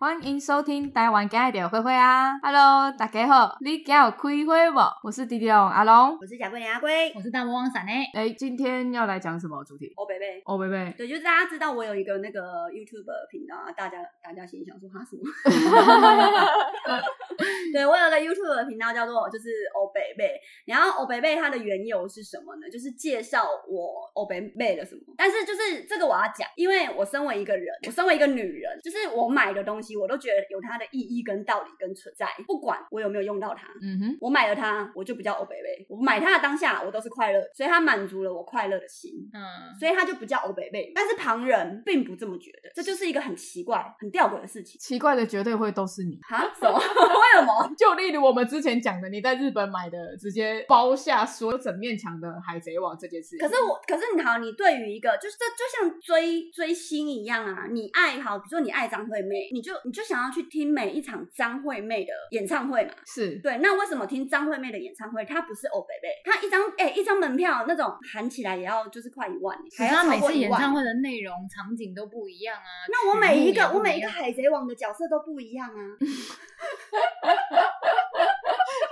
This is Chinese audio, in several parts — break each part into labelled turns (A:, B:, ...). A: 欢迎收听台湾今日的灰灰啊！Hello，大家好，你今有开会不？我是迪迪龙阿龙。
B: 我是贾桂林阿龟。
C: 我是大魔王闪诶，
A: 哎，今天要来讲什么主题？
B: 哦，贝贝。
A: 哦，贝贝，
B: 对，就是大家知道我有一个那个 YouTube 频道，啊，大家大家心里想说哈什么？
C: 嗯
B: 对我有个 YouTube 的频道叫做就是欧北贝，然后欧北贝它的缘由是什么呢？就是介绍我欧北贝了什么。但是就是这个我要讲，因为我身为一个人，我身为一个女人，就是我买的东西我都觉得有它的意义跟道理跟存在，不管我有没有用到它，
A: 嗯哼，
B: 我买了它我就不叫欧北贝，我买它的当下我都是快乐，所以它满足了我快乐的心。
C: 嗯，
B: 所以它就不叫欧北贝，但是旁人并不这么觉得，这就是一个很奇怪、很吊诡的事情
A: 奇怪的绝对会都是你。
B: 啊！什么？ 为什么？
A: 就例如我们之前讲的，你在日本买的，直接包下所有整面墙的《海贼王》这件事。
B: 可是我，可是你好，你对于一个就是这就像追追星一样啊，你爱好，比如说你爱张惠妹，你就你就想要去听每一场张惠妹的演唱会嘛。
A: 是
B: 对，那为什么听张惠妹的演唱会，她不是欧北贝？她一张哎、一张门票那种喊起来也要就是快一万欸，还要
C: 他
B: 超
C: 每
B: 过
C: 次
B: 一
C: 演
B: 万。
C: 唱会的内容场景都不一样啊。
B: 那我每一个
C: 曲目也不
B: 我每一个
C: 样
B: 海贼王的角色都不一样啊，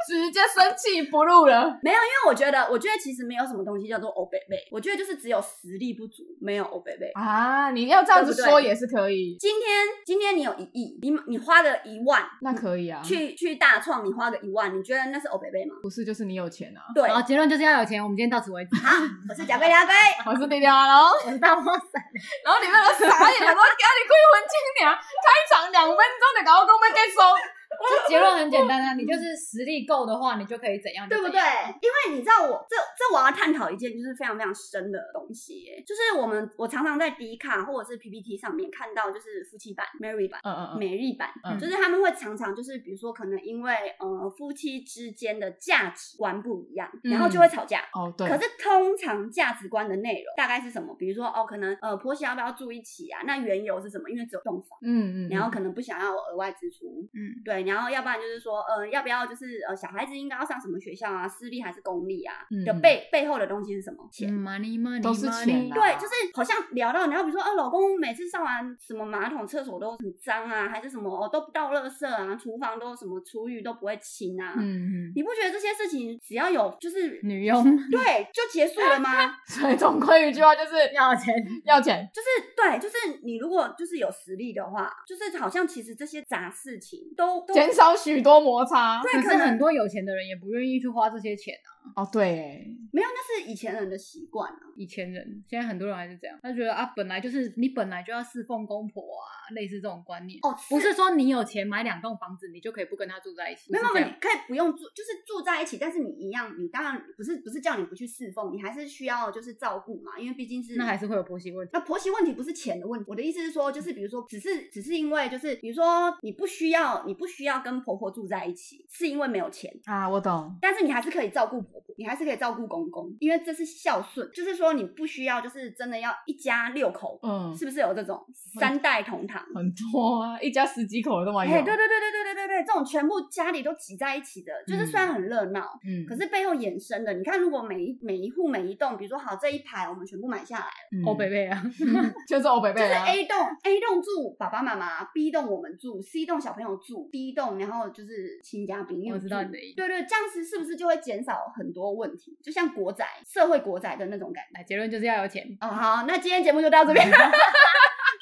A: 直接生气不录了。
B: 没有，因为我觉得，我觉得其实没有什么东西叫做欧北贝，我觉得就是只有实力不足，没有欧北贝。
A: 啊，你要这样子
B: 对不对
A: 说也是可以，
B: 今天今天你有一亿，你你花个一万
A: 那可以啊，
B: 去去大创，你花个一万，你觉得那是欧北贝吗？
A: 不是就是你有钱啊。
B: 对，
C: 好，
B: 好，
C: 结论就是要有钱。我们今天到此为止。
B: 我是贾桂良龟，
A: 我是迪迪阿龙，
C: 我是大魔王闪，
A: 然后你们都傻眼了，我给你归魂精娘，开场两分钟的搞我们给收。
C: 这结论很 简单啊，你就是实力够的话，你就可以怎样，
B: 对不对？？因为你知道我这这我要探讨一件就是非常非常深的东西耶，就是我们我常常在迪卡或者是 PPT 上面看到就是夫妻版、Mary 版。
A: 嗯嗯嗯，
B: 美丽版，
A: 嗯
B: 就是他们会常常就是，比如说可能因为呃夫妻之间的价值观不一样，然后就会吵架。
A: 哦对，
B: 可是通常价值观的内容大概是什么？比如说哦，可能呃婆媳要不要住一起啊？那缘由是什么？因为只有洞房，
A: 嗯嗯，
B: 然后可能不想要额外支出，
C: 嗯，
B: 对，然后要不然就是说呃要不要就是呃小孩子应该要上什么学校啊？私立还是公立啊？
A: 嗯
B: 的
A: 嗯
B: 背背后的东西是什么？钱。
C: ，money money
A: 都是钱啊
B: 对，就是好像聊到，然后比如说，哦，老公每次上完什么马桶、厕所都很脏啊，还是什么哦都不倒垃圾啊，厨房都什么厨余都不会清啊，
A: 嗯嗯，
B: 你不觉得这些事情只要有就是
C: 女佣
B: 对就结束了吗？
A: 所以总归一句话就是
C: 要有钱，
A: 要钱。
B: 就是对，就是你如果就是有实力的话，就是好像其实这些杂事情都都
A: 减少许多摩擦
B: 对
C: 可
B: 可
C: 是
B: 能
C: 很多有钱的人也不愿意去花这些钱啊。
A: 哦，对耶，
B: 没有，那是以前人的习惯啊。
C: 以前人现在很多人还是这样，他觉得啊，本来就是你本来就要侍奉公婆啊，类似这种观念。
B: 哦，
C: 不是说你有钱买两栋房子，你就可以不跟他住在一起。
B: 没有
C: 不
B: 没
C: 是这
B: 有，
C: 样
B: 你可以不用住，就是住在一起，但是你一样，你当然不是不是叫你不去侍奉，你还是需要就是照顾嘛，因为毕竟是
C: 那还是会有婆媳问题。
B: 那婆媳问题不是钱的问题，我的意思是说，就是比如说，只是只是因为就是比如说你不需要你不需要跟婆婆住在一起，是因为没有钱，
A: 啊，我懂，
B: 但是你还是可以照顾婆婆，你还是可以照顾公公，因为这是孝顺，就是说你不需要就是真的要一家六口，
A: 嗯，
B: 是不是有这种三代同堂？
A: 很多啊，一家十几口都蛮有，
B: 哎，对对对对对对对对，这种全部家里都挤在一起的，就是虽然很热闹，
A: 嗯，
B: 可是背后衍生的，你看，如果每一每一户每一栋，比如说好这一排我们全部买下来。
A: 嗯
C: 欧北，北啊，
A: 就是欧北
B: 就是
A: 北啊，
B: A 栋 A 栋住爸爸妈妈，B 栋我们住，C 栋小朋友住，D 栋然后就是亲家宾又
C: 我
B: 住
C: 知道你的意思。
B: 对对，这样子是不是就会减少很多问题？就像国宅、社会国宅的那种感觉。
C: 哎，结论就是要有钱。
B: 哦，好，那今天节目就到这边， 大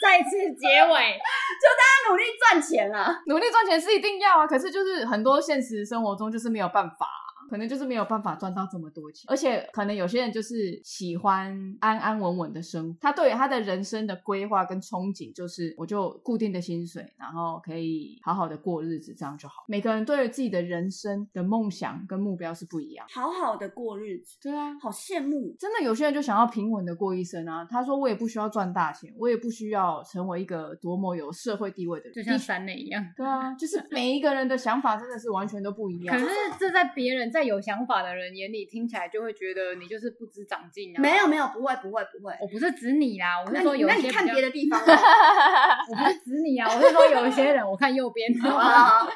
C: 再次结尾，
B: 家努力赚钱啦。
A: 努力赚钱是一定要啊，可是就是很多现实生活中就是没有办法。啊可能就是没有办法赚到这么多钱，而且可能有些人就是喜欢安安稳稳的生活，他对于他的人生的规划跟憧憬就是，我就固定的薪水，然后可以好好的过日子，这样就好。每个人对于自己的人生的梦想跟目标是不一样的。
B: 好好的过日子，
A: 对啊，
B: 好羡慕。
A: 真的有些人就想要平稳的过一生啊。他说我也不需要赚大钱，我也不需要成为一个多么有社会地位的人，
C: 就像
A: 的确
C: 闪磊一样。
A: 对啊，就是每一个人的想法真的是完全都不一
C: 可
A: 样
C: 是。这在别人在有想法的人眼里听起来就会觉得你就是不知长进啊。
B: 没有，没有，不会不会不会。
C: 我不是指你啦，我
B: 那
C: 是说
B: 你
C: 有
B: 那
C: 一
B: 你
C: 些
B: 看
C: 比较
B: 别的地方 了
C: 我不是指你啊，我是说有一些人，我看右 边，哦
B: 啊？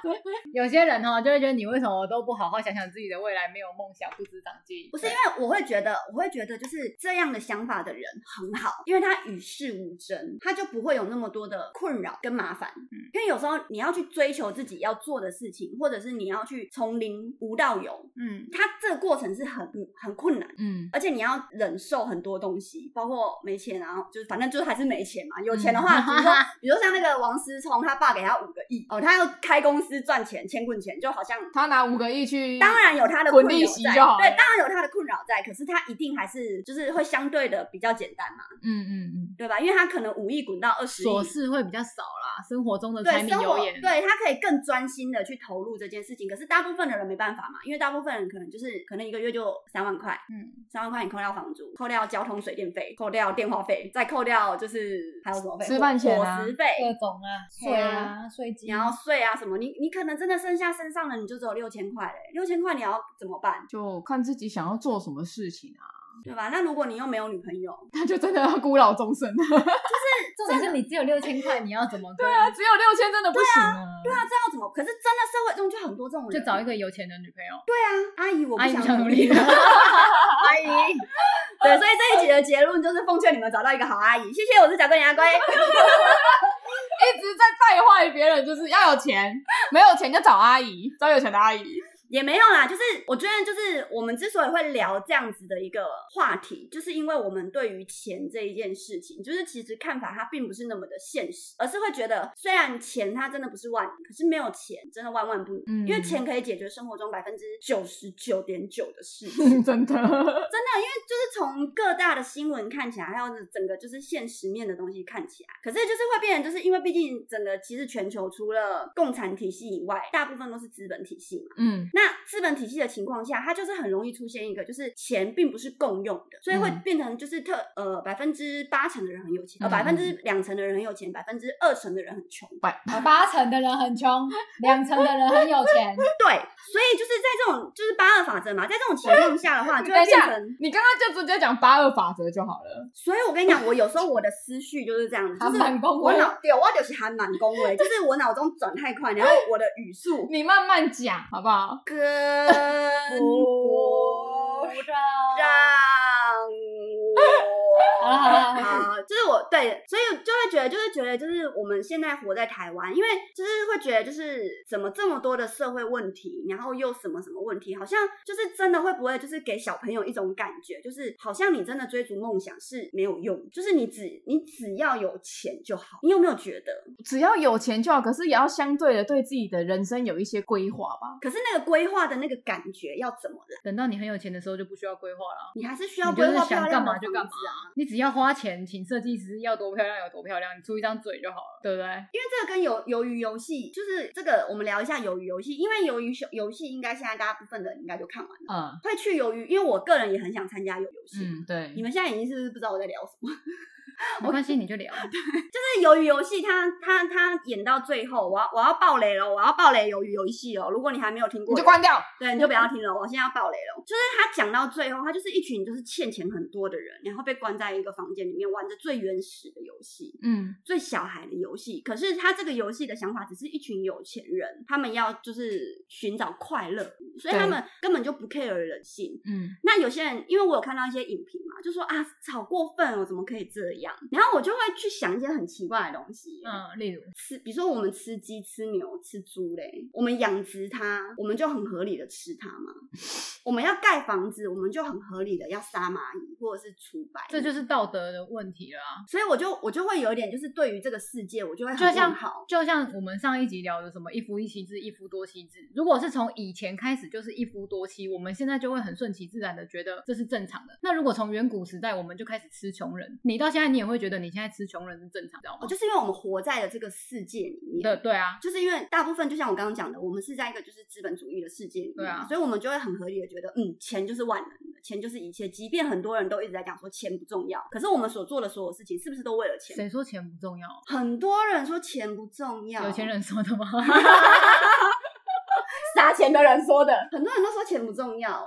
C: 有些人哈就会觉得你为什么都不好好想想自己的未来，没有梦想，不知长进。
B: 不是因为我会觉得，我会觉得就是这样的想法的人很好，因为他与世无争，他就不会有那么多的困扰跟麻烦。因为有时候你要去追求自己要做的事情，或者是你要去从零无到有，
C: 嗯，
B: 它这个过程是很很困难。
A: 嗯，
B: 而且你要忍受很多东西，包括没钱啊，就是反正就是还是没钱嘛。有钱的话，
C: 嗯
B: 比如说比如说像那个王思聪，他爸给他五个亿哦，他要开公司赚钱，钱滚钱，就好像
A: 他拿五个亿去，
B: 当然有他的困
A: 滚
B: 扰
A: 利息
B: 在，
A: 就好了
B: 对，当然有他的困扰在，可是他一定还是就是会相对的比较简单嘛，
A: 嗯嗯嗯，
B: 对吧？因为他可能五亿滚到二十亿，
C: 琐事会比较少啦，生活中的柴
B: 对
C: 米
B: 生活，
C: 油盐，
B: 对他可以更专心的去投入这件事情。可是大部分的人没办法嘛，因为大部分人可能就是可能一个月就三万块，
C: 嗯，
B: 三万块你扣掉房租，扣掉交通水电费，扣掉电话费，再扣掉就是还有什么费？
A: 吃饭钱啊
B: 伙食费。
C: 各种啊，
B: 对
C: 税
B: 啊
C: 啊，税
B: 你
C: 金
B: 要税啊什么？你你可能真的剩下身上的你就只有六千块嘞，六千块你要怎么办，
A: 就看自己想要做什么事情啊，
B: 对吧？那如果你又没有女朋友，
A: 他就真的要孤老终 生。
C: 重点是你只有六千块，你要怎么对啊
A: 他？啊只有六千真的不行啊，
B: 对啊，这要怎么？可是真的社会中就很多这种人，
C: 就找一个有钱的女朋友，
B: 阿姨，我不
C: 阿姨不
B: 想
C: 想
B: 努
C: 努
B: 力
C: 力，
B: 了。
C: 阿姨，
B: 对，所以这一集的结论就是奉劝你们找到一个好阿姨。谢谢，我是小哥你阿龟。
A: 一直在带坏别人，就是要有钱，没有钱就找阿姨，找有钱的阿姨。
B: 也没有啦，就是我觉得，就是我们之所以会聊这样子的一个话题，就是因为我们对于钱这一件事情，就是其实看法它并不是那么的现实，而是会觉得，虽然钱它真的不是万能，可是没有钱真的万万不能，
A: 嗯
B: 因为钱可以解决生活中百分之九十九点九的事情。
A: 真 的，
B: 就是从各大的新闻看起来，还有整个就是现实面的东西看起来，可是就是会变成，就是因为毕竟整个其实全球除了共产体系以外，大部分都是资本体系嘛。
A: 嗯
B: 那资本体系的情况下，它就是很容易出现一个，就是钱并不是共用的，所以会
A: 嗯
B: 变成就是特呃百分之八成的人很有钱，呃
A: 嗯
B: 百分之两成的人很有钱，百分之二成的人很穷。
C: 八成的人很穷，两成的人很有钱，
B: 对，所以就是在这种就是八二法则嘛，在这种情况下的话，就
A: 等
B: 会
A: 一
B: 变
A: 下
B: 成。
A: 你刚刚就直接讲八二法则就好了。
B: 所以我跟你讲，我有时候我的思绪就是这样子，就是
C: 韩版公
B: 我
C: 文
B: 脑对，我就是还蛮恭维，就是我脑中转太快，然后我的语速
A: 你慢慢讲好不好？
B: 跟 不啊
C: 不知
B: 让
C: 道
B: 我
C: 好了好了
B: 好，就是我对，所以就会觉得，就是觉得，就是我们现在活在台湾，因为就是会觉得，就是怎么这么多的社会问题，然后又什么什么问题，好像就是真的会不会就是给小朋友一种感觉，就是好像你真的追逐梦想是没有用，就是你只你只要有钱就好，你有没有觉得？
A: 只要有钱就好，可是也要相对的对自己的人生有一些规划吧。
B: 可是那个规划的那个感觉要怎么来？
C: 等到你很有钱的时候就不需要规划了。
B: 你还是需要
C: 你就
B: 规
C: 是
B: 划漂
C: 想
B: 亮
C: 干
B: 的
C: 嘛就干
B: 房
C: 嘛
B: 子啊。，
C: 你只要花钱请设计师，要多漂亮有多漂亮，你出一张嘴就好了，对不对？
B: 因为这个跟鱿鱿鱼游戏，就是这个我们聊一下鱿鱼游戏，因为鱿鱼游戏应该现在大部分的人应该就看完了，
A: 嗯
B: 会去鱿鱼，因为我个人也很想参加鱿鱼游戏。
A: 嗯，对
B: 你，们现在已经是不是不知道我在聊什么？
C: 没关系，你就聊。
B: 就是鱿鱼游戏它，它它演到最后，我要我要爆雷了，我要爆雷鱿鱼游戏哦！如果你还没有听过，
A: 你就关掉。
B: 对，你就不要听了，我现在要爆雷了。就是他讲到最后，他就是一群就是欠钱很多的人，然后被关在一个房间里面玩着最原始的游戏，
A: 嗯
B: 最小孩的游戏。可是他这个游戏的想法只是一群有钱人，他们要就是寻找快乐，所以他们根本就不 care 人性。
A: 嗯
B: 那有些人，因为我有看到一些影评嘛，就说啊，好过分哦，怎么可以这样？然后我就会去想一些很奇怪的东西。
C: 嗯，例如，
B: 吃，比如说我们吃鸡、吃牛、吃猪嘞，我们养殖它，我们就很合理的吃它嘛。我们要盖房子，我们就很合理的要杀蚂蚁或者是除白蚁。
C: 这就是道德的问题了啊。
B: 所以我就我就会有一点，就是对于这个世界，我就会很
C: 就像
B: 问号。
C: 就像我们上一集聊的什么一夫一妻制、一夫多妻制，如果是从以前开始就是一夫多妻，我们现在就会很顺其自然的觉得这是正常的。那如果从远古时代我们就开始吃穷人，你到现在你也会觉得你现在吃穷人是正常的，知道
B: 哦，
C: 吗？
B: 就是因为我们活在了这个世界里面，
C: 对对啊，
B: 就是因为大部分就像我刚刚讲的，我们是在一个就是资本主义的世界里面，
C: 对啊
B: 所以我们就会很合理的觉得，嗯，钱就是万能的，钱就是一切。即便很多人都一直在讲说钱不重要，可是我们所做的所有事情，是不是都为了钱？
C: 谁说钱不重要？
B: 很多人说钱不重要，
C: 有钱人说的吗？
B: 撒钱的人说的，很多人都说钱不重要、欸，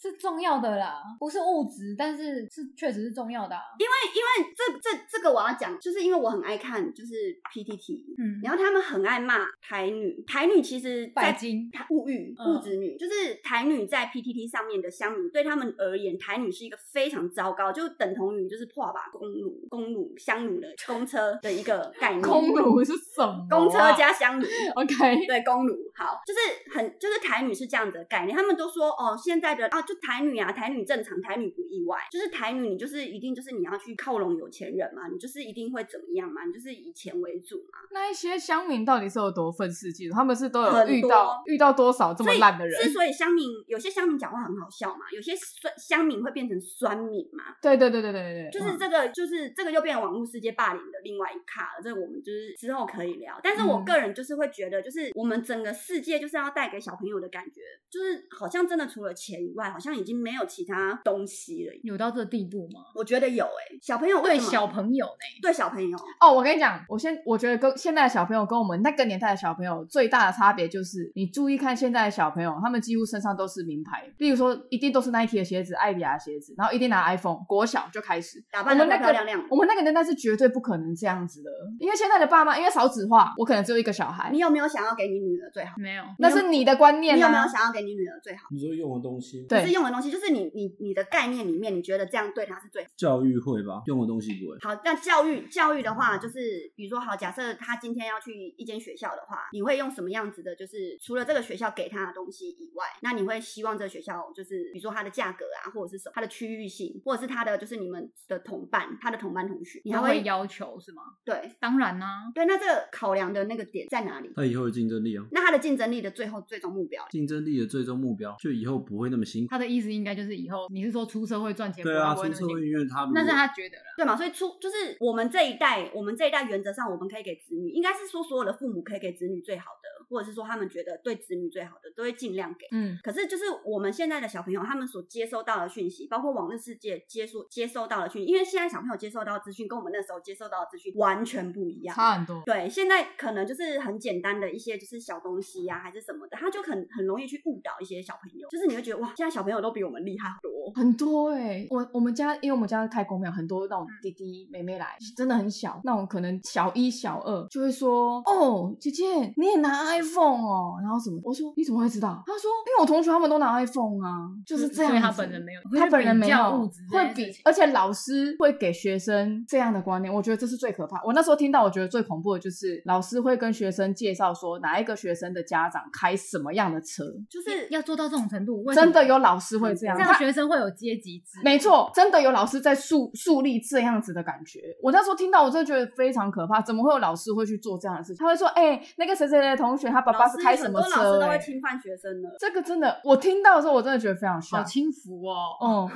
C: 是重要的啦，不是物质，但是是确实是重要的、啊。
B: 因为这这这个我要讲，就是因为我很爱看，就是 PTT，
C: 嗯，
B: 然后他们很爱骂台女，台女其实
C: 拜
B: 在
C: 金
B: 台物欲
C: 嗯
B: 物质女，就是台女在 PTT 上面的乡民，对他们而言，台女是一个非常糟糕，就等同于就是破把公奴、公奴、乡奴的公车的一个概 念，
A: 空炉是什么啊、
B: 公车加乡奴。
C: 哦
A: OK，
B: 对，公奴好，就是很就是台女是这样子的概念，他们都说哦，现在的啊，就台女啊，台女正常，台女不意外，就是台女，你就是一定就是你要去靠拢有钱人嘛，你就是一定会怎么样嘛，你就是以钱为主嘛，
A: 那一些乡民到底是有多愤世嫉俗？他们是都有
B: 很
A: 遇到遇到多少这么
B: 所以
A: 烂的人？
B: 之所以乡民有些乡民讲话很好笑嘛，有些酸乡民会变成酸民嘛，
A: 对对对对对对对，
B: 就是这个、就是这个又变成网络世界霸凌的另外一卡了，这个我们就是之后可以聊。但是我
C: 嗯
B: 个人就是会觉得，就是我们整个世界就是要带给小朋友的感觉，就是好像真的除了钱以外，好像已经没有其他东西了。
C: 有到这地步吗？
B: 我觉得有诶、小朋友为
C: 对
B: 什么
C: 小朋友呢？
B: 对小朋友，
A: 哦，我跟你讲，我先我觉得跟现在的小朋友跟我们那个年代的小朋友最大的差别就是，你注意看现在的小朋友，他们几乎身上都是名牌，例如说一定都是 Nike 的鞋子、艾迪达的鞋子，然后一定拿 iPhone。国小就开始，
B: 打
A: 我
B: 扮的
A: 们
B: 漂
A: 那
B: 漂
A: 个
B: 亮亮。
A: 我们那个年代是绝对不可能这样子的，因为现在的爸妈因为少子化，我可能只有一个小孩
B: 你，有没有想要给你女儿最好？
C: 没有，
A: 那是你的观念、啊，
B: 你有没有想要给你女儿最好？
D: 你说用的东西，
A: 对
B: 不是用的东西，就是你你你的概念里面，你觉得这样对她是最好。
D: 教育会吧，用的东西不会。
B: 好，那教育教育的话，就是比如说，好，假设他今天要去一间学校的话，你会用什么样子的？就是除了这个学校给他的东西以外，那你会希望这个学校就是，比如说它的价格啊，或者是什么，它的区域性，或者是它的就是你们的同伴，他的同班同学，你还
C: 他
B: 会
C: 会要求是吗？
B: 对
C: 当然啦、
B: 对，那这个考量的那个点在哪里？
D: 那以后的竞争力啊，
B: 那他的竞争力的最后最终目标，
D: 竞争力的最终目标，就以后不会那么辛苦。
C: 他的意思应该就是以后你是说出社会赚钱，
D: 对啊，
C: 不
D: 出
C: 会
D: 社
C: 那么
D: 会
C: 辛苦
D: 因为他如果
C: 那是他觉得啦。
B: 对嘛？所以出就是我们这一代，我们这一代原则上我们可以给子女，应该是说所有的父母可以给子女最好的，或者是说他们觉得对子女最好的，都会尽量给。
A: 嗯，
B: 可是，就是我们现在的小朋友，他们所接收到的讯息，包括网络世界接收接收到的讯息，因为现在小朋友接收到的资讯跟我们那时候接收到的资讯完全不一样。
A: 差很多。
B: 对，现在可能就是很简单的一些就是小东西啊呀、还是什么的，他就很很容易去误导一些小朋友，就是你会觉得哇，现在小朋友都比我们厉害好多。
A: 很多哎、我我们家因为我们家开公庙，很多
C: 嗯
A: 那种弟弟妹妹来，真的很小，那种可能小一小二就会说，
C: 嗯
A: 哦，姐姐你也拿 iPhone 哦，然后什么？我说你怎么会知道？他说因为我同学他们都拿 iPhone 啊，就是这样子。
C: 嗯所以他本人没有，
A: 他本人没
C: 会比较
A: 有
C: 物质这
A: 会
C: 件
A: 比
C: 事情，
A: 而且老师会给学生这样的观念，我觉得这是最可怕。我那时候听到，我觉得最恐怖的就是老师会跟学生介绍说哪一个学生的家长开什么样的车，
B: 就是
C: 要做到这种程度，为什么
A: 真的有老师会这样，
C: 这
A: 他
C: 样学生会有阶级制，
A: 没错，真的有老师在树树立这样子的感觉。我那时候听到，我真的觉得非常可怕。怎么会有老师会去做这样的事情？他会说：“哎、那个谁谁谁的同学，他爸爸
B: 老
A: 是
B: 师
A: 开什么
B: 很多老
A: 车、
B: 师都会
A: 哎
B: 侵犯学生的。
A: 这个真的，我听到的时候，我真的觉得非常
C: 好
A: shock。
C: 轻浮哦，
A: 哦、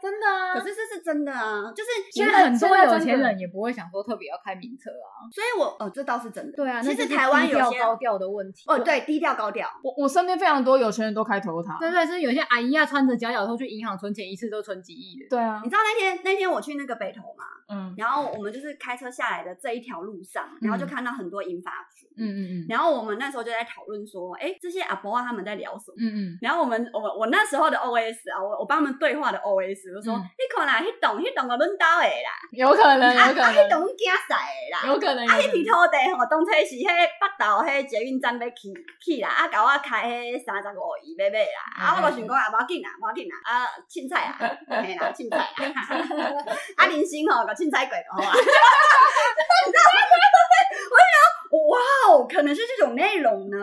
C: 真的啊
B: 可。是这是真的啊，就是
C: 其实
A: 现在
C: 很多
A: 现在真的
C: 有钱人也不会想说特别要开名车啊，
B: 所以我哦，这倒是真的。
C: 对啊，
B: 其
C: 那就
B: 实
C: 是
B: 台湾
C: 低
B: 有
C: 调
B: 些
C: 高调的问题啊
B: 哦，，
A: 啊
B: 对，低调高调，
A: 我我身边非常多有钱人都开 Toyota。
C: 对对，是有些阿姨啊穿着夹脚拖去银行存钱，一次都存几亿的，
A: 对啊
B: 你，知道那天那天我去那个北投嘛，
A: 嗯
B: 然后我们就是开车下来的这一条路上，然后就
A: 嗯
B: 看到很多银发族，
A: 嗯嗯嗯
B: 然后我们那时候就在讨论说，哎，这些阿伯啊他们在聊什么？
A: 嗯嗯，
B: 然后我们我我那时候的 OS 啊，我我帮他们对话的 OS 就说，
A: 嗯
B: 你看啦，迄栋迄栋个轮到的啦，
A: 有可能，
B: 啊
A: 有可
B: 啊迄
A: 能，
B: 栋惊晒的啦，
A: 有可能，有
B: 啊，
A: 可
B: 迄片
A: 能。
B: 土地吼，当初是迄北投迄捷运站要起起啦，啊，甲我开迄三十五亿买买啦，啊，我就想讲啊，无要紧啦，无要紧啦，啊，凊彩啦，嘿啦，凊彩啦，啊，人生吼，甲凊彩过就好啊。我想哇哦，可能是这种内容呢。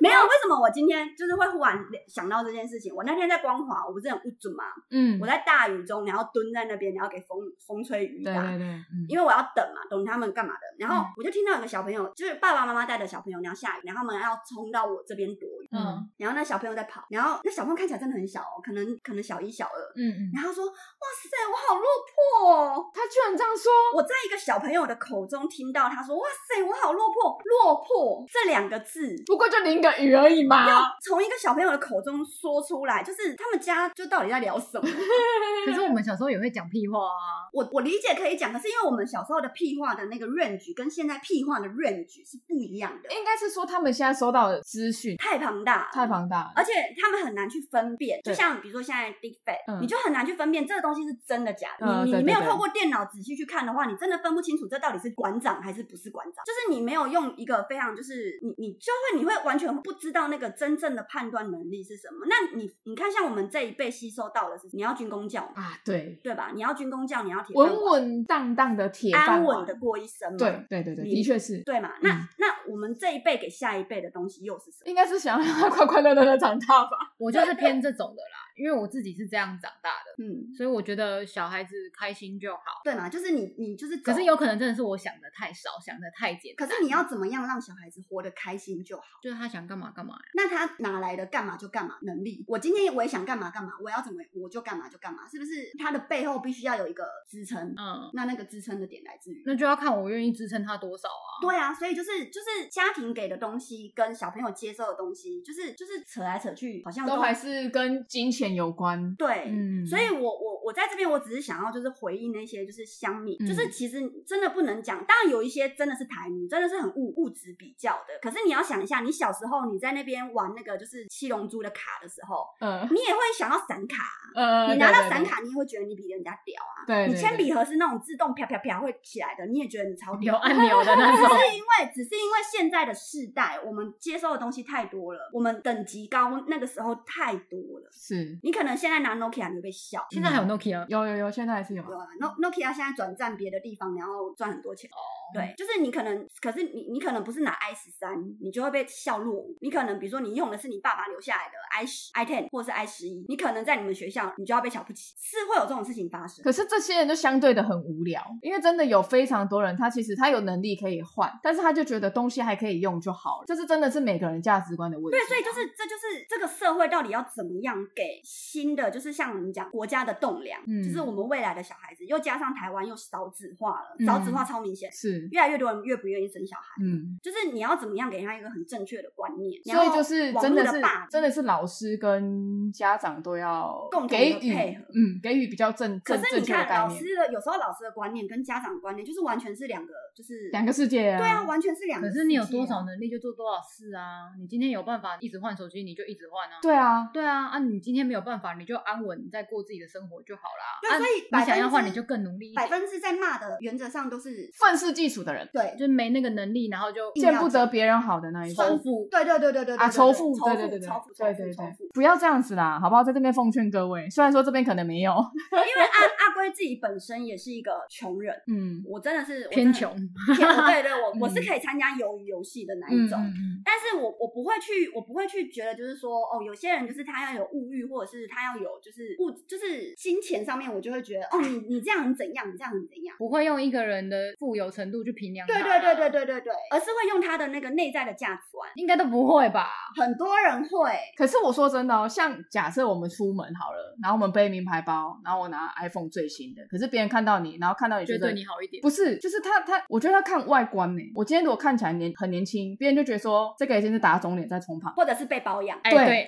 B: 没有，为什么我今天就是会忽然想到这件事情？我那天在光华，我不是很不准嘛，
A: 嗯
B: 我，在大雨中，然后蹲在那边，然后给风风吹雨
A: 对
B: 打，
A: 对对，嗯
B: 因为我要等嘛，等他们干嘛的。然后我就听到有个小朋友，就是爸爸妈妈带着小朋友，然后下雨，然后他们要冲到我这边躲雨，
A: 嗯
B: 然后那小朋友在跑，然后那小朋友看起来真的很小哦，可能可能小一、小二。
A: 嗯 嗯，
B: 然后他说：“哇塞，我好落魄哦！
A: 他居然这样说，
B: 我在一个小朋友的口中听到他说：‘哇塞，我好落魄，落落魄这两个字，
A: 不过就淋个雨而已嘛。
B: 要从一个小朋友的口中说出来，就是他们家就到底在聊什么？
C: 可是我们小时候也会讲屁话啊，
B: 我我理解可以讲，可是因为我们小时候的屁话的那个 range 跟现在屁话的 range 是不一样的，
A: 应该是说他们现在收到的资讯
B: 太庞大了，
A: 太庞大了。
B: 而且他们很难去分辨，就
A: 对
B: 像比如说现在 deep fake，、
A: 嗯
B: 你就很难去分辨这个东西是真的假的。
A: 嗯
B: 你你
A: 对
B: 你没有
A: 对对
B: 透过电脑仔细去看的话，你真的分不清楚这到底是馆长还是不是馆长。就是你没有用一个非常就是你你就会你会完全不知道那个真正的判断能力是什么。那你你看像我们这一辈吸收到的是你要军工教嘛，
A: 啊，对，
B: 对吧？你要军工教，你要铁饭碗
A: 稳稳当当的铁
B: 安
A: 饭碗
B: 稳的过一生嘛。
A: 对对对对，
B: 你
A: 的确是，
B: 对嘛？那、
A: 嗯
B: 那我们这一辈给下一辈的东西又是什么？
A: 应该是想让他快快乐乐的长 大吧。
C: 我就是偏这种的啦，因为我自己是这样长大的，
B: 嗯，
C: 所以我觉得小孩子开心就好。
B: 对嘛？就是你你就是走，
C: 可是有可能真的是我想的太少，想的太简
B: 可
C: 单。
B: 是你要怎么样让小孩子活得开心就好？
C: 就是他想干嘛干嘛呀，
B: 那他哪来的干嘛就干嘛能力？我今天我也想干嘛干嘛，我要怎么我就干嘛就干嘛，是不是？他的背后必须要有一个支撑，
C: 嗯，
B: 那那个支撑的点来自
A: 嗯
B: 于。
C: 那就要看我愿意支撑他多少啊。
B: 对啊，所以就是就是家庭给的东西跟小朋友接受的东西，就是就是扯来扯去，好像
A: 都还是跟金钱有关。
B: 对，
A: 嗯，
B: 所以我我我在这边，我只是想要就是回应那些就是乡民，
A: 嗯
B: 就是其实真的不能讲，当然有一些真的是台迷，真的是很物物质比较的。可是你要想一下，你小时候你在那边玩那个就是七龙珠的卡的时候，
A: 呃
B: 你也会想要闪卡，
A: 呃，
B: 你拿到
A: 对
B: 闪，卡，你也会觉得你比人家屌啊。
A: 对对对，
B: 你铅笔盒是那种自动啪啪啪会起来的，你也觉得你超
C: 有
B: 屌。
C: 按钮的 那
B: 只
C: 种，
B: 是因为，只是因为现在的世代，我们接受的东西太多了，我们等级高，那个时候太多了。
A: 是
B: 你可能现在拿 Nokia 你会被笑，
C: 现在还有 Nokia，
A: 有有有，现在还是有
B: 有啊，No Nokia 现在转战别的地方，然后赚很多钱。
A: 哦
B: 对，就是你可能，可是你你可能不是拿 i 十三，你就会被笑落伍。你可能比如说你用的是你爸爸留下来的 i 十、i ten 或是 i 十一，你可能在你们学校你就要被瞧不起，是会有这种事情发生。
A: 可是这些人就相对的很无聊，因为真的有非常多人，他其实他有能力可以换，但是他就觉得东西还可以用就好了。这是真的是每个人价值观的问题啊、
B: 对，所以就是这就是这个社会到底要怎么样给新的，就是像我们讲国家的栋梁，
A: 嗯
B: 就是我们未来的小孩子，又加上台湾又少子化了，
A: 嗯
B: 少子化超明显，
A: 是
B: 越来越多人越不愿意生小孩。
A: 嗯，
B: 就是你要怎么样给他一个很正确的观念，
A: 所以就是真
B: 的
A: 是
B: 霸凌
A: 真的是老师跟家长都要
B: 共同地
A: 给予
B: 配合
A: 嗯，给予比较正
B: 可
A: 正
B: 是
A: 正
B: 你
A: 确的
B: 看，
A: 概
B: 老
A: 念，
B: 师的有时候老师的观念跟家长的观念就是完全是两个，就是
A: 两个世界啊，
B: 对啊，完全是两个
C: 可
B: 世界啊。
C: 是你有多少能力就做多少事啊！你今天有办法一直换手机，你就一直换啊。
A: 对啊，
C: 对啊，啊，你今天没有办法，你就安稳再过自己的生活就好啦。
B: 对
C: 啊
B: 所以百
C: 你
B: 分
C: 想要换，
B: 之
C: 你就更努力一
B: 百
C: 点，
B: 分之在骂的原则上都是
A: 愤世嫉俗的人，
B: 对
C: 就是没那个能力，然后就
B: 一定
A: 见
B: 要
A: 不得别人好的那一种
C: 重。复。
B: 对对对对对
A: 啊，仇
B: 仇
A: 富，
B: 仇富
A: 对对对对，
B: 仇富
A: 对
B: 仇
A: 对
B: 富仇
A: 对
B: 富，。
A: 不要这样子啦，好不好？在这边奉劝各位，虽然说这边可能 没有，
B: 因为阿阿龟自己本身也是一个穷人，
A: 嗯，
B: 我真的是我真
C: 偏
B: 的
C: 穷，
B: 偏我对 对，我我
A: 嗯
B: 是可以参加鱿鱼游戏的那
C: 嗯
B: 一种。
C: 嗯嗯
B: 但是我我不会去，我不会去觉得就是说，哦，有些人就是他要有物欲，或者是他要有就是物，就是金钱上面，我就会觉得，哦，你你这样很怎样，你这样很怎样。
C: 不会用一个人的富有程度去评量。
B: 对对对对，对对对，而是会用他的那个内在的价值观。
C: 应该都不会吧？
B: 很多人会，
A: 可是我说真的哦，像假设我们出门好了，然后我们背名牌包，然后我拿 iPhone 最新的，可是别人看到你，然后看到你
C: 觉
A: 觉
C: 得
A: 得
C: 对你好一点。
A: 不是，就是他他，我觉得他看外观呢、我今天如果看起来年很年轻，别人就觉得说这个已经是打肿脸在充胖，
B: 或者是被包养。哦
C: 哎，
A: 对
C: 对，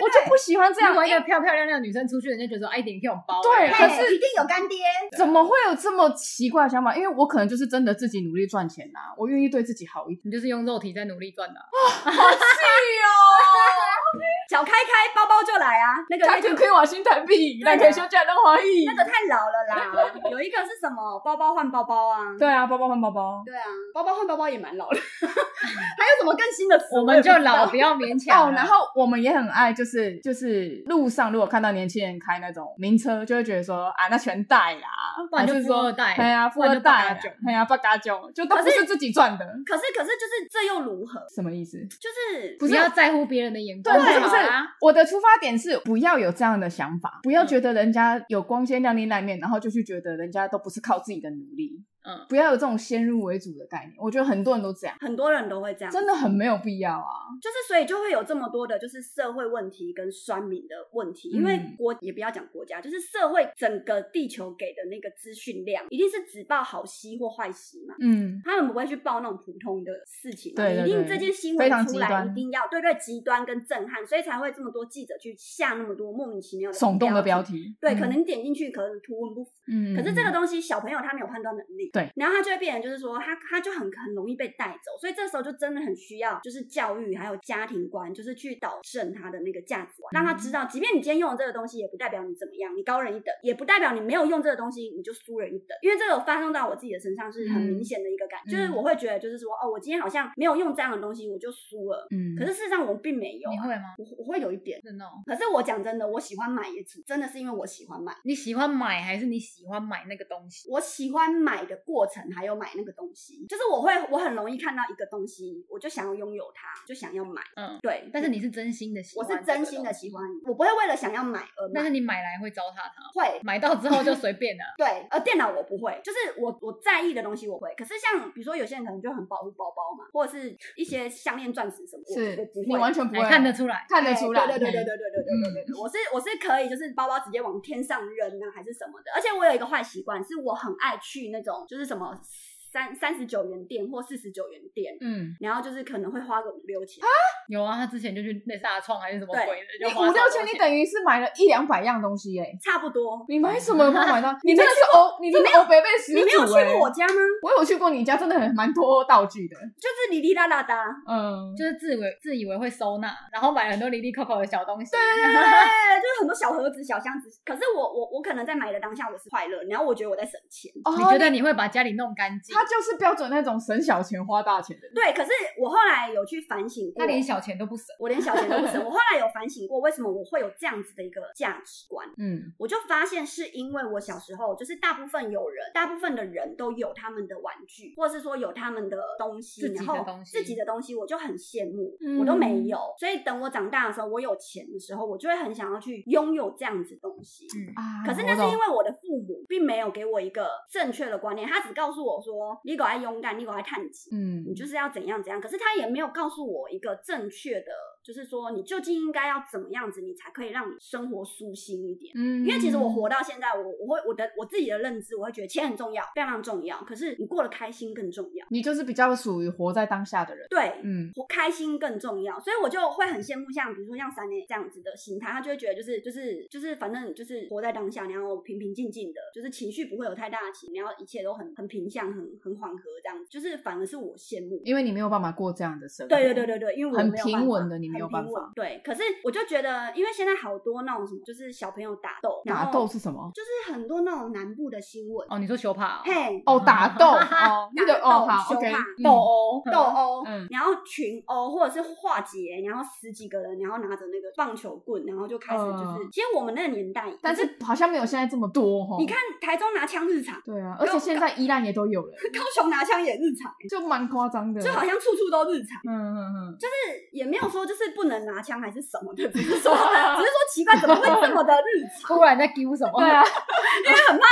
A: 我就不喜欢这样
C: 另。外一个漂漂亮亮的女生出去，人家觉得说，哎，顶天有包。
A: 对
C: 哎
A: 可
B: 嘿
A: 是
B: 一定有干爹，
A: 怎么会有这么奇怪的想法？因为我可能就是真的自己努力赚钱呐、我愿意对自己好一点。
C: 你就是用肉体在努力赚的啊。
B: 脚开开，包包就来啊！那个
A: 他
B: 那
A: 可
B: 个
A: 可以往心坦币，那可以休假当华裔
B: 那。个太老了啦，有一个是什么包包换包包啊？
A: 对啊，包包换包包。
B: 对啊，包包换包包也蛮老的， 还有什么更新的词？
C: 我们就老，
B: 我
C: 不
B: 也
C: 要勉
A: 哦
C: 强啊。，
A: 然后我们也很爱，就是就是路上如果看到年轻人开那种名车，就会觉得说啊，那全贷啦，
C: 不然就
A: 还是
C: 富
A: 说
C: 二代
A: 对啊，富
C: 不然
A: 二
C: 就
A: 代
C: 八
A: 啊
C: 嘎囧，
A: 对啊，八嘎囧，就都不是自己赚的，
B: 不知道。可是可是就是这又如何？
A: 什么意思？
B: 就是
A: 不
C: 不
A: 是啊
C: 要在乎别人的眼
A: 对，
B: 哦
C: 光
A: 不是
C: 就
A: 不
C: 好
A: 是
B: 啊
C: 啦。，
A: 我的出发点是不要有这样的
B: 嗯
A: 想法，不要觉得人家有光鲜亮丽那一面，然后就去觉得人家都不是靠自己的努力。
C: 嗯，
A: 不要有这种先入为主的概念。我觉得很多人都这样，
B: 很多人都会这样，
A: 真的很没有必要啊。
B: 就是所以就会有这么多的，就是社会问题跟酸民的问题，因为
A: 嗯
B: 国也不要讲国家，就是社会整个地球给的那个资讯量，一定是只报好西或坏西嘛。
A: 嗯，
B: 他们不会去报那种普通的事情嘛，
A: 对对
B: 一定
A: 对
B: 这件新
A: 非
B: 闻
A: 常
B: 出
A: 极
B: 来，
A: 端
B: 一定要对对极端跟震撼，所以才会这么多记者去下那么多莫名其妙的
A: 耸动的标。题，
B: 对，
A: 嗯
B: 可，能点进去，可能图文不符。
A: 嗯，
B: 可是这个
A: 嗯
B: 东西，小朋友他没有判断能力，
A: 对，
B: 然后他就会变成就是说，他他就很很容易被带走，所以这时候就真的很需要就是教育还有家庭观，就是去导正他的那个价值观，让他
C: 嗯
B: 知道，即便你今天用了这个东西，也不代表你怎么样，你高人一等，也不代表你没有用这个东西你就输人一等，因为这个发生到我自己的身上是很明显的一个感觉，
C: 嗯
B: 就是我会觉得就是说，哦，我今天好像没有用这样的东西我就输了，
A: 嗯，
B: 可是事实上我并没有、
C: 你
B: 啊，
C: 会吗？
B: 我我会有一点。
C: 真的、哦，
B: 可是我讲真的，我喜欢买也只真的是因为我喜欢买。
C: 你喜欢买还是你喜欢买那个东西？
B: 我喜欢买的过程，还有买那个东西，就是我会我很容易看到一个东西，我就想要拥有它，就想要买。
C: 嗯，
B: 对，
C: 但是你是真心的喜
B: 我
C: 欢，
B: 是真心的喜欢，我不会为了想要买而
C: 但
B: 买。
C: 是你买来会糟蹋它，
B: 会
C: 买到之后就随 便了、
B: 对，呃，电脑我不会，就是我我在意的东西我会。可是像比如说有些人可能就很保护包包嘛，或者是一些项链、钻石什么，我我
A: 是
B: 不
A: 你
B: 会。
A: 完全不
C: 哎
A: 会
C: 看得出来。
A: 看得出来，
B: 对对对
A: 嗯
B: 对对对对对对对，我是我是可以，就是包包直接往天上扔啊，还是什么的。而且我有一个坏习惯，是我很爱去那种就是什么三三十九元店或四十九元店。
A: 嗯，
B: 然后就是可能会花个五六千，
C: 有啊，他之前就去那大创还是什么
B: 对
C: 鬼的，
A: 你
C: 就 花
A: 五
C: 超
A: 六
C: 多
A: 千，你等于是买了一两百样东西耶、
B: 差不多。
A: 你买什么有办法买到？你
B: 没
A: 真的是 欧，你真的欧北贝十
B: 你没有去
A: 足欸
B: 过我家吗？
A: 我有去过你家，真的很蛮多道具的。
B: 就是哩哩啦啦的啊，
A: 嗯，
C: 就是自以为自以为会收纳，然后买了很多离离扣扣的小东 西。对
B: 对， 就是很多小盒子、小箱子。可是我我我可能在买的当下我是快乐，然后我觉得我在省钱。
A: 哦
C: 你觉得你会把家里弄干净？
A: 他就是标准那种省小钱花大钱的人。
B: 对，可是我后来有去反省过，
C: 他连小钱都不省，
B: 我连小钱都不省。我后来有反省过，为什么我会有这样子的一个价值观？
A: 嗯
B: 我就发现是因为我小时候，就是大部分有人，大部分的人都有他们的玩具，或者是说有他们的东西，
C: 自己的
B: 然后
C: 东西
B: 自己的东西，我就很羡慕，
A: 嗯
B: 我都没有。所以等我长大的时候，我有钱的时候，我就会很想要去拥有这样子的东西。
C: 嗯，
A: 啊，
B: 可是那是
A: 我懂
B: 因为我的父母并没有给我一个正确的观念，他只告诉我说：“你狗爱勇敢，你狗爱探险，
A: 嗯
B: 你就是要怎样怎样。”可是他也没有告诉我一个正确的，就是说你究竟应该要怎么样子，你才可以让你生活舒心一点。
A: 嗯
B: 因为其实我活到现在，我我会我的我自己的认知，我会觉得钱很重要，非常重要。可是你过得开心更重要，
A: 你就是比较属于活在当下的人。
B: 对，
A: 嗯，
B: 活开心更重要。所以我就会很羡慕像比如说像三年这样子的心态，他就会觉得就是就是就是反正就是活在当下，然后平平静静的，就是情绪不会有太大的起伏，然后一切都很很平向，很很缓和这样子。就是反而是我羡慕，
A: 因为你没有办法过这样的生活。
B: 对对对对对，因为我
A: 很
B: 没有办
A: 平
B: 法
A: 稳的你没有
B: 很
A: 办
B: 平
A: 法
B: 稳对，可是我就觉得，因为现在好多那种什么，就是小朋友打斗，然
A: 打
B: 后
A: 斗是什么？
B: 就是很多那种南部的新闻，
C: 哦，你说球帕、哦、
B: 嘿，
A: 哦， 打斗哦，那个
B: 打斗
A: 哦，好
B: 羞
A: ，OK，
B: 骂
A: 嗯
C: 斗殴，
B: 斗殴，
A: 嗯
B: 然后群殴或者是化解，然后十几个人，然后拿着那个棒球棍，然后就开始就是，
A: 嗯
B: 其实我们那个年代，
A: 但
B: 就是
A: 好像没有现在这么多哈。
B: 你，看台中拿枪日常，
A: 对啊，而且现在依然也都有了，
B: 高雄拿枪也日常，欸
A: 就蛮夸张的。
B: 就好像处处都日常，
A: 嗯嗯嗯，
B: 就是也没有说就是不能拿枪还是什么的，只是 说只是说奇怪怎么会这么的日常，
C: 突然在丢什么？
A: 对 啊，因为很怕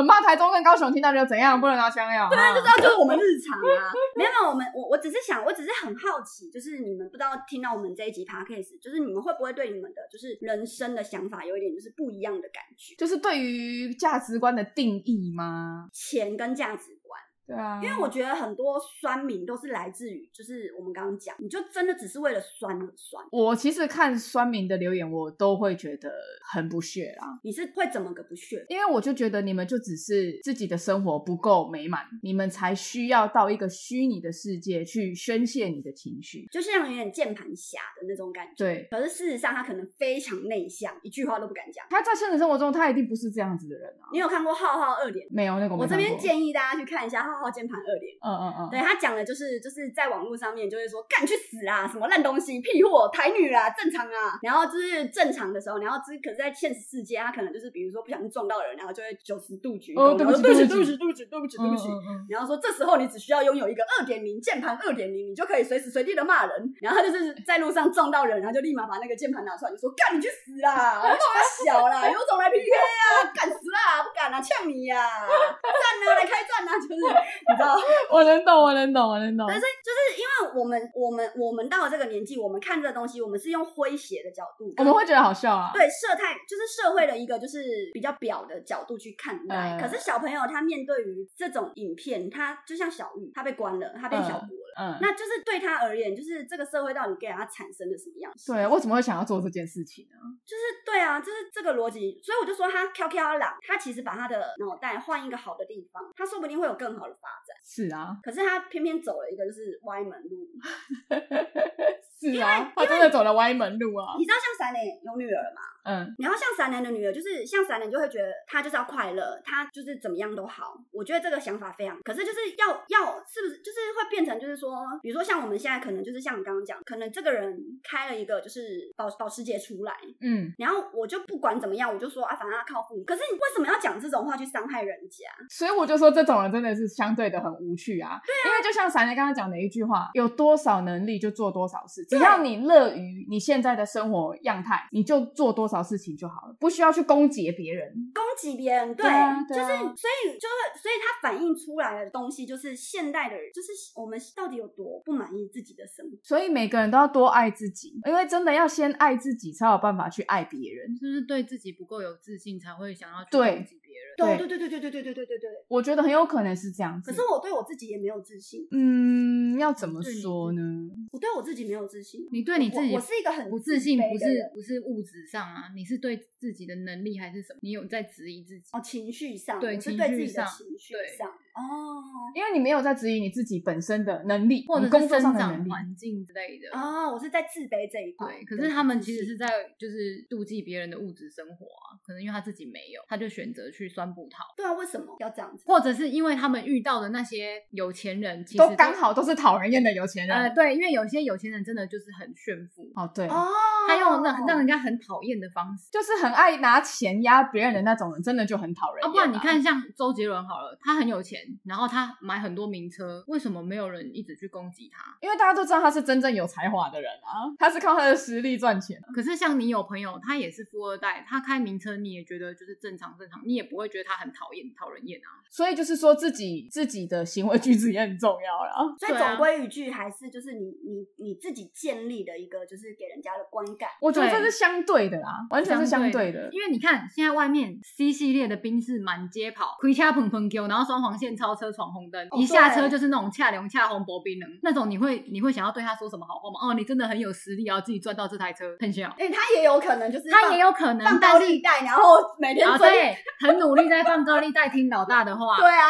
A: 很怕台中跟高雄听到就怎样不能拿枪呀。对啊，就
B: 不知道就是我们日常啊，没有没有，我们我我只是想，我只是很好奇，就是你们不知道听到我们这一集 podcast，就是你们会不会对你们的就是人生的想法有一点就是不一样的感觉，
A: 就是对于价值观的定义吗？
B: 钱跟价值观。
A: 对啊，
B: 因为我觉得很多酸民都是来自于，就是我们刚刚讲，你就真的只是为了酸而酸，
A: 我其实看酸民的留言，我都会觉得很不屑啊，
B: 你是会怎么个不屑？
A: 因为我就觉得你们就只是自己的生活不够美满，你们才需要到一个虚拟的世界去宣泄你的情绪。
B: 就像有点键盘侠的那种感觉。
A: 对，
B: 可是事实上，他可能非常内向，一句话都不敢讲。
A: 他在现实生活中，他一定不是这样子的人啊。
B: 你有看过《浩浩二点零》吗？
A: 没有那个
B: 我
A: 没
B: 这
A: 看
B: 边
A: 过
B: 建议大家去看一下《浩浩浩浩键盘二连。
A: 嗯嗯嗯，
B: 对他讲的就是就是在网络上面就会说干去死啊，什么烂东西、屁货、台女啊，正常啊。然后就是正常的时候，然后就是可是在现实世界，他可能就是比如说不小心撞到人，然后就会九十度鞠
A: 哦
B: 躬，
A: 对不
B: 然
A: 起
B: 后说对不起
A: 对
B: 呃对
A: 不
B: 不
A: 起
B: 起对不起对不起对
C: 嗯
B: 不起。
C: 嗯嗯
B: 然后说这时候你只需要拥有一个二点零键盘二点零，你就可以随时随地的骂人。然后他就是在路上撞到人，然后就立马把那个键盘拿出来，就说干你去死啦，我他小啦，有种来 PK 啊，干死啦，不敢啦，呛你呀、战啊，来开战啊，就是你知道。
A: 我能懂，我能懂，我能懂。
B: 但是就是因为我们我们我们到了这个年纪，我们看这个东西，我们是用诙谐的角度，
A: 我们会觉得好笑啊。
B: 对社态就是社会的一个就是比较表的角度去看待。
A: 嗯
B: 可是小朋友他面对于这种影片，他就像小玉，他被关了，他变小国了。
A: 嗯，
B: 那就是对他而言，就是这个社会到底给他产生了什么样？
A: 对，为什么会想要做这件事情呢？
B: 就是对啊，就是这个逻辑，所以我就说他飘飘朗，他其实把他的脑袋换一个好的地方，他说不定会有更好的发展。
A: 是啊，
B: 可是他偏偏走了一个就是歪门路，
A: 是啊，他真的走了歪门路啊。
B: 你知道像闪磊有女儿吗？
A: 嗯，
B: 然后像闪男的女儿，就是像闪男就会觉得她就是要快乐，她就是怎么样都好。我觉得这个想法非常，可是就是要要是不是就是会变成就是说，比如说像我们现在可能就是像你刚刚讲，可能这个人开了一个就是保保时捷出来，
A: 嗯，
B: 然后我就不管怎么样，我就说啊，反正他靠父母。可是你为什么要讲这种话去伤害人家？
A: 所以我就说这种人真的是相对的很无趣啊。对啊，因为就像闪雷刚刚讲的一句话，有多少能力就做多少事，只要你乐于你现在的生活样态，你就做多少事情就好了，不需要去攻讦别人。
B: 攻击别人，对，
A: 对啊
B: 就
A: 对
B: 是
A: 啊
B: 所以就会，所以他反映出来的东西就是现代的人，就是我们到底有多不满意自己的生活。
A: 所以每个人都要多爱自己，因为真的要先爱自己，才有办法去爱别人。
C: 是不是对自己不够有自信，才会想要去
A: 对
C: 攻击别人？
A: 对
B: 对对对对对对对对对对。
A: 我觉得很有可能是这样子。
B: 可是我对我自己也没有自信，
A: 嗯，要怎么
C: 对你
A: 说呢？
B: 我对我自己没有自信。
C: 你对你自己
B: 我我是一个很
C: 不自信，
B: 自卑
C: 不
B: 的
C: 是
B: 人
C: 不是物质上啊，你是对自己的能力还是什么？你有在质疑自己？
B: 哦，情绪上，
C: 对
B: 我是
C: 情
B: 对
C: 绪
B: 自己的
C: 上
B: 情绪
C: 对
B: 上，哦
A: 因为你没有在质疑你自己本身的能力，
C: 或者
A: 你工
C: 是
A: 作
C: 生
A: 上的能
C: 长
A: 力。
C: 环境之类的。
B: 哦，我是在自卑这一块。
C: 对，可是他们其实
B: 是
C: 是在就是妒忌别人的物质生活啊，可能因为他自己没有，他就选择去酸葡萄，
B: 对啊，为什么要这样子？
C: 或者是因为他们遇到的那些有钱人，其实
A: 都刚好都是讨人厌的有钱人。
C: 呃对，因为有些有钱人真的就是很炫富，
A: 哦，对，
B: 哦，
C: 他用那让人家很讨厌的方式。
A: 就是很爱拿钱压别人的那种人，真的就很讨人
C: 啊，
A: 厌、
C: 不然你，看像周杰伦好了，他很有钱，然后他买很多名车，为什么没有人一直去攻击他？
A: 因为大家都知道他是真正有才华的人啊，他是靠他的实力赚钱。啊
C: 可是像你有朋友，他也是富二代，他开名车，你也觉得就是正常正常，你也不会觉得他很讨厌讨人厌啊。
A: 所以就是说自己自己的行为举止也很重要啦。
B: 所以
C: 对啊
B: 总归一句，还是就是你你你自己建立的一个，就是给人家的观感。
A: 我觉得
C: 对
A: 这是相对的啦，完全是相对的。
C: 因为你看现在外面 C 系列的宾士满街跑，盔甲砰砰丢，然后双黄线超车闯红灯，
B: 哦
C: 一下
B: 对
C: 车就是那种恰龙恰红薄冰人那种，你会你会想要对他说什么好话吗？哦，你真的很有实力啊，自己赚到这台车，很小。
B: 哎，他也有可能就是
C: 他
B: 放
C: 也有可能，
B: 放高
C: 但是
B: 利贷，然后每天
C: 啊，
B: 追。
C: 对，很努力在放高利贷，听老大的 话，
B: 对啊，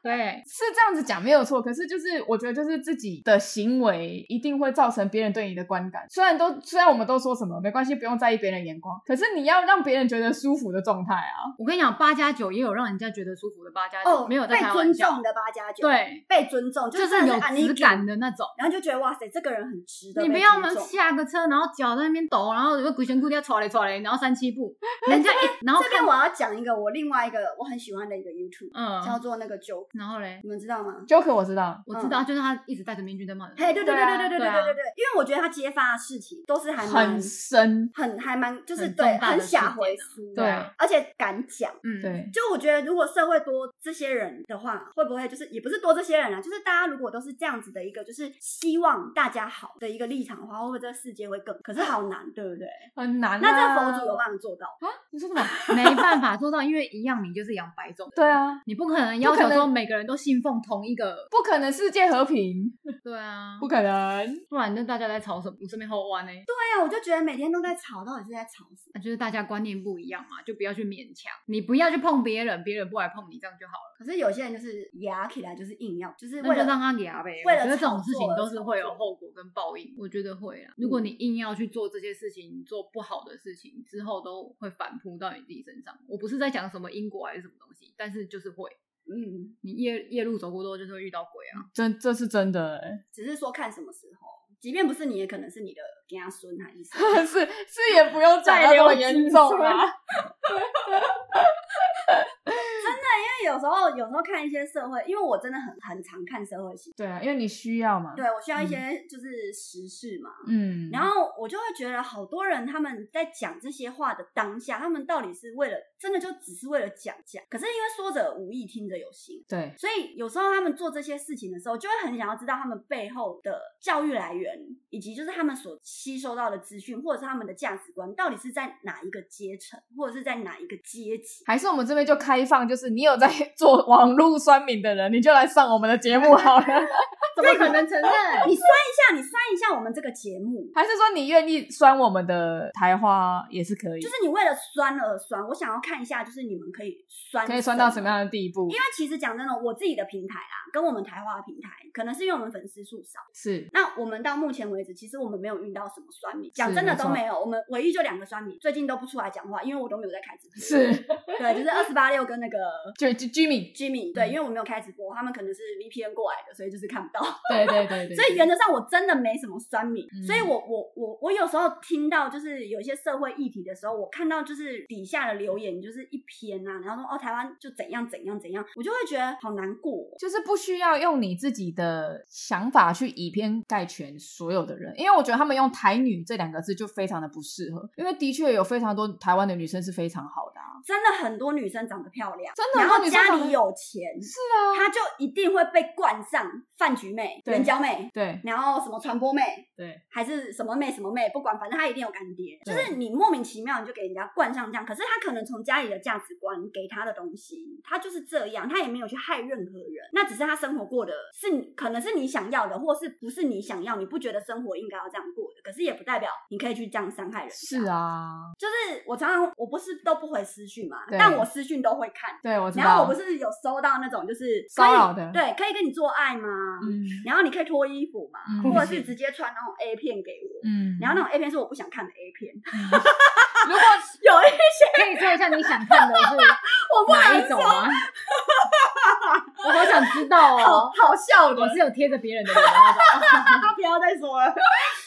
C: 对，
A: 是这样子讲没有错，可是就是我觉得就是自己的行为一定会造成别人对你的观感。虽然都虽然我们都说什么没关系，不用在意别人眼光，可是你要让别人觉得舒服的状态啊。
C: 我跟你讲，八加九也有让人家觉得舒服的八加
B: 哦，
C: 九，没有在
B: 被
C: 开
B: 尊
C: 玩笑
B: 重，的八加九，，
C: 对，
B: 被尊重
C: 就是
B: 真的
C: 有
B: 是按啊你
C: 质感的那种。
B: 然后就觉得哇塞，这个人很值得
C: 你
B: 被
C: 不要嘛，
B: 尊重
C: 下个车，然后脚在那边抖，然后有个鬼神姑娘吵嘞吵嘞，然后三 七步，人家一，然后
B: 这边
C: 看，
B: 我要讲一个我另外一个我很喜欢的一个 YouTube，、叫
C: 嗯，
B: 做那个 Joke，
C: 然后嘞，
B: 你们知道吗？
A: Joker 我知道，
C: 我知道，就是他一直戴着面具在骂人，
B: 嗯嘿，对对
A: 对啊
B: 对对对对
C: 对
B: 对
C: 啊
B: 对对，因为我觉得他揭发的事情都是还蛮
A: 很深，
B: 很还蛮就是
C: 很
B: 对
C: 重大的
B: 很
C: 事件
B: 下
C: 啊
B: 回书，
A: 对
C: 啊
B: 而且敢讲。
C: 嗯，
A: 对，
B: 就我觉得，如果社会多这些人的话，会不会就是也不是多这些人啊？就是大家如果都是这样子的一个，就是希望大家好的一个立场的话，会不会这个世界会更？可是好难，对不对？
A: 很难、啊。
B: 那这个佛祖有办法做到？
A: 你说什么？
C: 没办法做到，因为一样你就是养白种，
A: 对啊，
C: 你不可能要
A: 不
C: 求
A: 可能
C: 说每个人都信奉同一个，
A: 不可能世界和平，
C: 对啊
A: 不，可能。
C: 不然那大家在吵什么？这边后弯呢？啊
B: 对呀，我就觉得每天都在吵，到底是在吵什么？
C: 那就是大家观念不一样嘛，就不要去勉强，你不要去碰别人，别人不来碰你，这样就好了。
B: 可是有些人就是压起来，就是硬要，就是
C: 那
B: 为
C: 就让
B: 了
C: 他牙呗。
B: 为
C: 我
B: 了
C: 觉得这
B: 炒
C: 种事
B: 作
C: 情
B: 而
C: 都是
B: 炒
C: 会有
B: 作嗯
C: 后果跟报应，我觉得会啊。如果你硬要去做这些事情，做不好的事情之后都会反扑到你自己身上。我不是在讲什么因果还是什么东西，但是就是会。
B: 嗯，
C: 你夜夜路走过多，就是会遇到鬼啊。
A: 真这是真的、欸，
B: 只是说看什么时候。即便不是你，也可能是你的家孙啊还是谁？
A: 是是也不用讲
C: 再
A: 到那
C: 留
A: 么
C: 几
A: 严重
C: 分
A: 啦。
B: 因为有时候有时候看一些社会，因为我真的很很常看社会新闻，
A: 对啊，因为你需要嘛。
B: 对我需要一些
C: 嗯
B: 就是时事嘛。
A: 嗯，
B: 然后我就会觉得，好多人他们在讲这些话的当下，他们到底是为了真的就只是为了讲讲？可是因为说者无意，听者有心，
A: 对，
B: 所以有时候他们做这些事情的时候，就会很想要知道他们背后的教育来源，以及就是他们所吸收到的资讯，或者是他们的价值观到底是在哪一个阶层，或者是在哪一个阶级。
A: 还是我们这边就开放，就是你有在 做网络酸民的人，你就来上我们的节目好了。
C: 怎么可能承认？
B: 你算一下，你算一下我们这个节目，
A: 还是说你愿意酸我们的台花也是可以，
B: 就是你为了酸而酸，我想要看一下，就是你们可以酸，
A: 可以酸到什么样的地步
B: 因？为其实讲真的，我自己的平台啦，跟我们台花的平台，可能是因为我们粉丝数少。
A: 是
B: 那我们到目前为止，其实我们没有遇到什么酸民，讲真的
A: 没错
B: 都没有。我们唯一就两个酸民，最近都不出来讲话，因为我都没有在开直播。
A: 是，
B: 对，就是二十八六跟那个
A: 就嗯就 Jimmy，
B: Jimmy，对，因为我没有开直播，他们可能是 VPN 过来的，所以就是看不到。
A: 对对对对，
B: 所以原则上我真的没什么酸民，
A: 嗯
B: 所以我我我我有时候听到就是有一些社会议题的时候，我看到就是底下的留言就是一篇啊，然后说哦台湾就怎样怎样怎样，我就会觉得好难过哦、
A: 就是不需要用你自己的想法去以偏概全所有的人，因为我觉得他们用“台女”这两个字就非常的不适合，因为的确有非常多台湾的女生是非常好的、啊，
B: 真的很多女生长得漂亮，
A: 真的很
B: 然
A: 多
B: 后
A: 女生
B: 家
A: 长得
B: 里有钱，
A: 是啊，
B: 她就一定会被冠上饭局妹、
A: 对
B: 援交妹，
A: 对
B: 然后什么传播妹，
A: 对，
B: 还是什么妹什么妹，不管，反正她一定有干爹。就
A: 对
B: 是你莫名其妙你就给人家冠上这样，可是她可能从家里的价值观给她的东西，她就是这样，她也没有去害任何人，那只是她生活过的是你可能是你想要的，或是不是你想要，你不觉得生活应该要这样过的，可是也不代表你可以去这样伤害人。
A: 是，啊，
B: 就是我常常我不是都不回私讯嘛，
A: 对
B: 但我私讯都会看。
A: 对我知道，
B: 然后我不是有收到那种就是可以
A: 骚扰的
B: 对，可以跟你做爱吗？
A: 嗯
B: 然后你可以脱衣服嘛，
A: 嗯
B: 或者是直接传那种 A 片给我。
A: 嗯，
B: 然后那种 A 片是我不想看的 A 片，
A: 如果
B: 有一
C: 可以说一下你想看的是
B: 我不
C: 哪
B: 能
C: 一
B: 说，
C: 种吗？我好想知道
B: 好
C: 哦。
B: 好笑的
C: 我，是有贴着别人的脸的那 种。
B: 他不要再说了，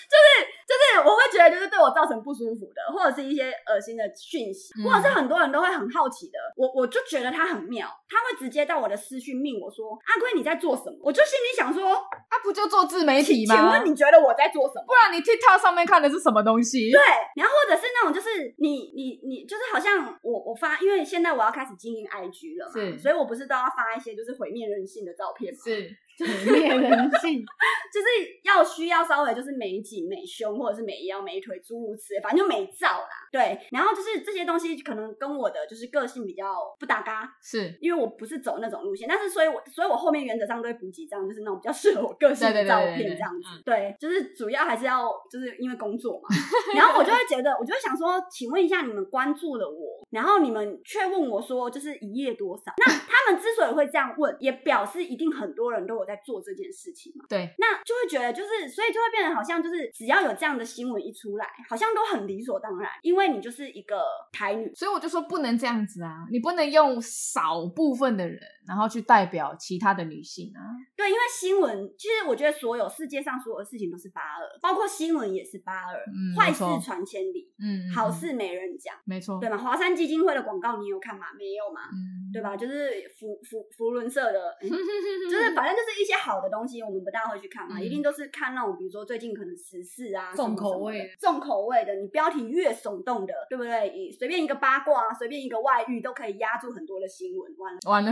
B: 就是就是我会觉得就是对我造成不舒服的，或者是一些恶心的讯息，
A: 嗯
B: 或者是很多人都会很好奇的，我我就觉得他很妙，他会直接到我的私讯命我说阿贵你在做什么？我就心里想说，
A: 他啊不就做自媒体
B: 请
A: 吗？
B: 问你觉得我在做什么？
A: 不然你 TikTok 上面看的是什么东西？
B: 对，然后或者是那种就是你你你就是好像我我发，因为现在我要开始经营 IG 了嘛，
A: 是
B: 所以我不是都要发一些就是毁灭人性的照片嘛，
A: 是，
C: 毁灭人 性，
B: 就是要需要稍微就是美颈、美胸或者是美腰、美腿诸如此类，反正就美照啦。对，然后就是这些东西可能跟我的就是个性比较不搭嘎，
A: 是，
B: 因为我不是走那种路线，但是所以我所以我后面原则上都会补几张就是那种比较适合我个性
A: 对对
B: 的
A: 对
B: 照
A: 对对嗯
B: 片这样子。对，就是主要还是要就是因为工作 嘛，然后我就会觉得，我就会想说，请问一下你们关注了我，然后你们却问我说就是一夜多少？那他们之所以会这样问，也表示一定很多人都有在做这件事情嘛。
A: 对，
B: 那就会觉得就是，所以就会变得好像就是，只要有这样的新闻一出来，好像都很理所当然，因为你就是一个台女，
A: 所以我就说不能这样子啊，你不能用少部分的人，然后去代表其他的女性啊。
B: 对，因为新闻其实我觉得所有世界上所有的事情都是八二，包括新闻也是八二、
A: 嗯
B: 坏
A: 没
B: 事
A: 错
B: 传千里，
A: 嗯，嗯
B: 好
A: 嗯
B: 事没人讲，
A: 没错，
B: 对吗？华山基金会的广告你有看吗？没有嘛？
A: 嗯，
B: 对吧？就是福福福伦社的，嗯就是反正就是一些好的东西，我们不大会去看嘛，
A: 嗯
B: 一定都是看那种，比如说最近可能时事啊，
C: 重
B: 什么什么
C: 口味
B: 的重口味的，你标题越耸动的，对不对？以随便一个八卦啊，随便一个外遇都可以压住很多的新闻。完了，
A: 完了，